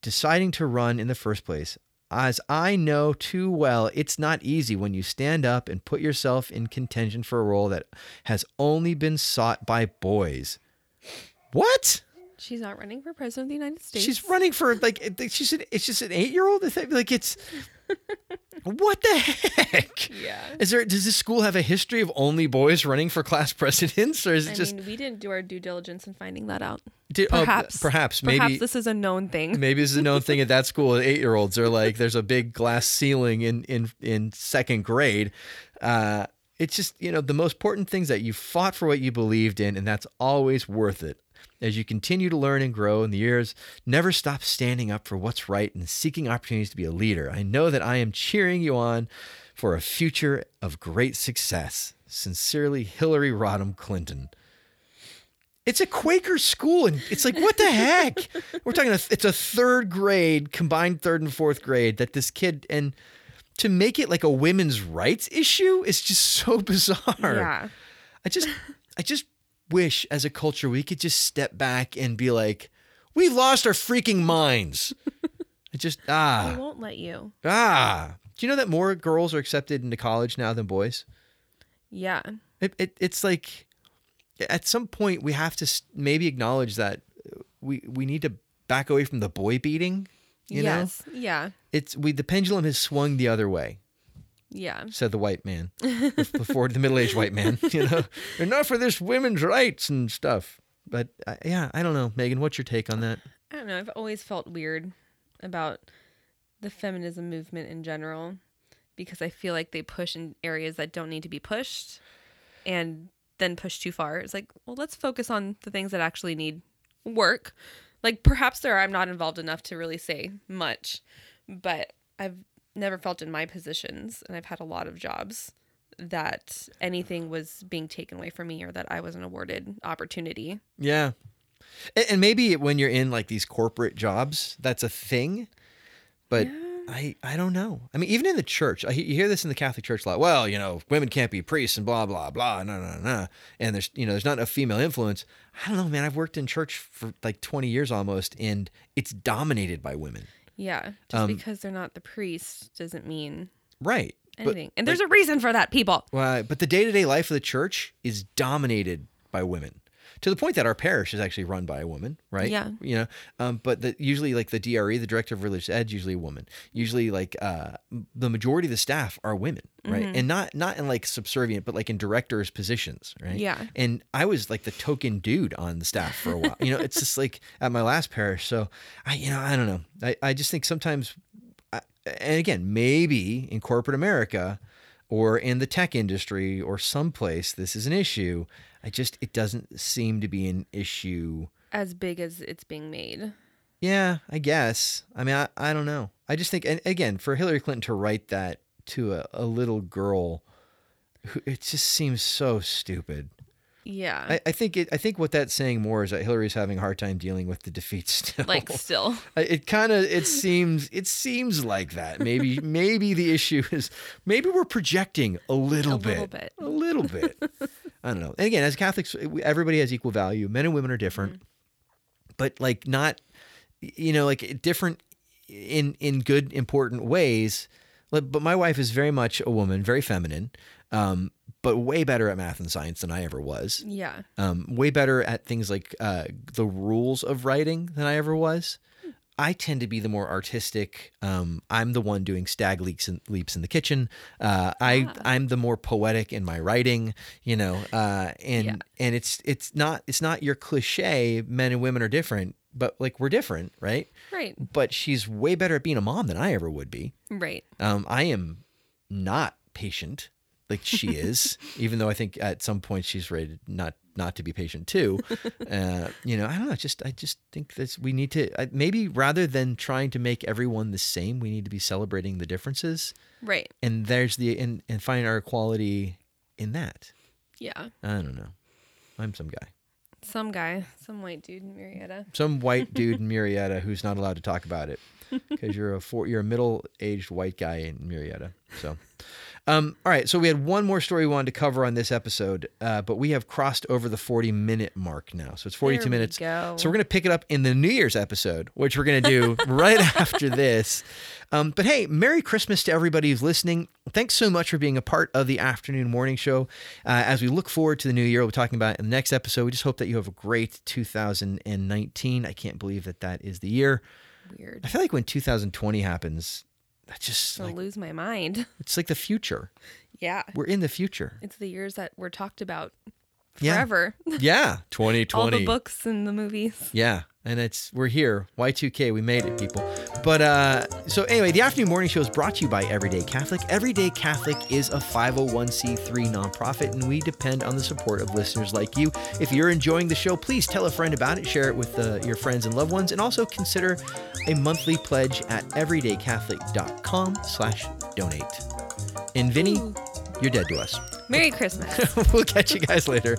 Speaker 1: deciding to run in the first place. As I know too well, it's not easy when you stand up and put yourself in contention for a role that has only been sought by boys. What?
Speaker 2: She's not running for president of the United States.
Speaker 1: She's running for like she's an, it's just an eight year old. Like it's what the heck?
Speaker 2: Yeah.
Speaker 1: Is there does this school have a history of only boys running for class presidents, or is it
Speaker 2: I
Speaker 1: just
Speaker 2: mean, we didn't do our due diligence in finding that out.
Speaker 1: did- oh,
Speaker 2: Perhaps.
Speaker 1: perhaps maybe
Speaker 2: Perhaps this is a known thing.
Speaker 1: Maybe this is a known thing at that school. Eight year olds are like, there's a big glass ceiling in in in second grade. Uh, it's just you know the most important things that you fought for what you believed in, and that's always worth it. As you continue to learn and grow in the years, never stop standing up for what's right and seeking opportunities to be a leader. I know that I am cheering you on for a future of great success. Sincerely, Hillary Rodham Clinton. It's a Quaker school, and it's like, what the heck? We're talking. A, it's a third grade, combined third and fourth grade, that this kid and to make it like a women's rights issue is just so bizarre.
Speaker 2: Yeah.
Speaker 1: I just, I just wish as a culture we could just step back and be like, we've lost our freaking minds. I just
Speaker 2: I
Speaker 1: ah
Speaker 2: won't let you.
Speaker 1: ah. Do you know that more girls are accepted into college now than boys?
Speaker 2: Yeah.
Speaker 1: It, it it's like at some point we have to s- maybe acknowledge that we we need to back away from the boy beating. You know,
Speaker 2: yes. Yeah.
Speaker 1: it's we the pendulum has swung the other way.
Speaker 2: Yeah.
Speaker 1: Said the white man, before the middle-aged white man. You know, enough of this women's rights and stuff. But uh, yeah, I don't know, Megan. What's your take on that?
Speaker 2: I don't know. I've always felt weird about the feminism movement in general because I feel like they push in areas that don't need to be pushed and then push too far. It's like, well, let's focus on the things that actually need work. Like perhaps there are, I'm not involved enough to really say much, but I've never felt in my positions and I've had a lot of jobs that anything was being taken away from me or that I wasn't awarded opportunity.
Speaker 1: Yeah. And, and maybe when you're in like these corporate jobs, that's a thing. But
Speaker 2: Yeah.
Speaker 1: I, I don't know. I mean, even in the church, I, you hear this in the Catholic Church a lot. Well, you know, women can't be priests and blah blah blah. No no no. And there's you know there's not enough female influence. I don't know, man. I've worked in church for like 20 years almost, and it's dominated by women.
Speaker 2: Yeah. Just
Speaker 1: Um,
Speaker 2: because they're not the priest doesn't mean
Speaker 1: Right. But
Speaker 2: anything. and there's a reason for that, people.
Speaker 1: Well, but the day to day life of the church is dominated by women to the point that our parish is actually run by a woman, right?
Speaker 2: Yeah.
Speaker 1: You know, um, but the, usually, like the DRE, the director of religious ed, is usually a woman. Usually, like uh, m- the majority of the staff are women, right? And not not in like subservient, but like in directors' positions, right?
Speaker 2: Yeah.
Speaker 1: And I was like the token dude on the staff for a while. you know, it's just like at my last parish. So I, you know, I don't know. I, I just think sometimes I- and again, maybe in corporate America or in the tech industry or someplace this is an issue. I just it doesn't seem to be an issue.
Speaker 2: As big as it's being made.
Speaker 1: Yeah, I guess. I mean, I, I don't know. I just think, and again, for Hillary Clinton to write that to a, a little girl, who, it just seems so stupid.
Speaker 2: Yeah.
Speaker 1: I, I think it. I think what that's saying more is that Hillary's having a hard time dealing with the defeat still.
Speaker 2: like still.
Speaker 1: I- it kind of it seems it seems like that maybe maybe the issue is maybe we're projecting a little
Speaker 2: A
Speaker 1: bit
Speaker 2: little bit.
Speaker 1: a little bit i don't know and again as catholics we- everybody has equal value men and women are different
Speaker 2: Mm-hmm.
Speaker 1: but like not you know like different in in good important ways Like, but my wife is very much a woman very feminine um but way better at math and science than i ever was
Speaker 2: Yeah.
Speaker 1: um, way better at things like uh, the rules of writing than I ever was. I tend to be the more artistic. Um, I'm the one doing stag leaps and leaps in the kitchen. Uh, I I'm the more poetic in my writing, you know. Uh, and
Speaker 2: Yeah.
Speaker 1: and it's it's not it's not your cliche. Men and women are different, but like we're different, right?
Speaker 2: Right.
Speaker 1: But she's way better at being a mom than I ever would be.
Speaker 2: Right.
Speaker 1: Um, I am not patient like she is, even though I think at some point she's ready not not to be patient too. Uh, you know, I don't know. Just I just think that we need to I, maybe rather than trying to make everyone the same, we need to be celebrating the differences.
Speaker 2: Right.
Speaker 1: And there's the and, and find our equality in that.
Speaker 2: Yeah.
Speaker 1: I don't know. I'm some guy,
Speaker 2: Some guy, some white dude in Marietta.
Speaker 1: some white dude in Murrieta who's not allowed to talk about it because you're a four, you're a middle-aged white guy in Murrieta. So, um, all right. So we had one more story we wanted to cover on this episode, uh, but we have crossed over the 40-minute mark now. So it's 42
Speaker 2: There we
Speaker 1: minutes.
Speaker 2: go.
Speaker 1: So we're gonna pick it up in the New Year's episode, which we're gonna do right after this. Um, but hey, Merry Christmas to everybody who's listening. Thanks so much for being a part of the afternoon morning show. Uh, as we look forward to the new year, we'll be talking about it in the next episode. We just hope that you have a great 2019. I can't believe that that is the year.
Speaker 2: Weird.
Speaker 1: I feel like when 2020 happens, that's just
Speaker 2: I'll
Speaker 1: like,
Speaker 2: lose my mind.
Speaker 1: it's like the future.
Speaker 2: Yeah.
Speaker 1: We're in the future.
Speaker 2: It's the years that were talked about
Speaker 1: Yeah.
Speaker 2: forever.
Speaker 1: Yeah, 2020.
Speaker 2: All the books and the movies.
Speaker 1: Yeah, and it's we're here. Y2K, we made it, people. But uh, so anyway, the afternoon morning show is brought to you by Everyday Catholic. Everyday Catholic is a 501c3 nonprofit, and we depend on the support of listeners like you. If you're enjoying the show, please tell a friend about it, share it with uh, your friends and loved ones, and also consider a monthly pledge at everydaycatholic.com/donate. And Vinny,
Speaker 2: Ooh.
Speaker 1: you're dead to us.
Speaker 2: Merry Christmas.
Speaker 1: we'll catch you guys later.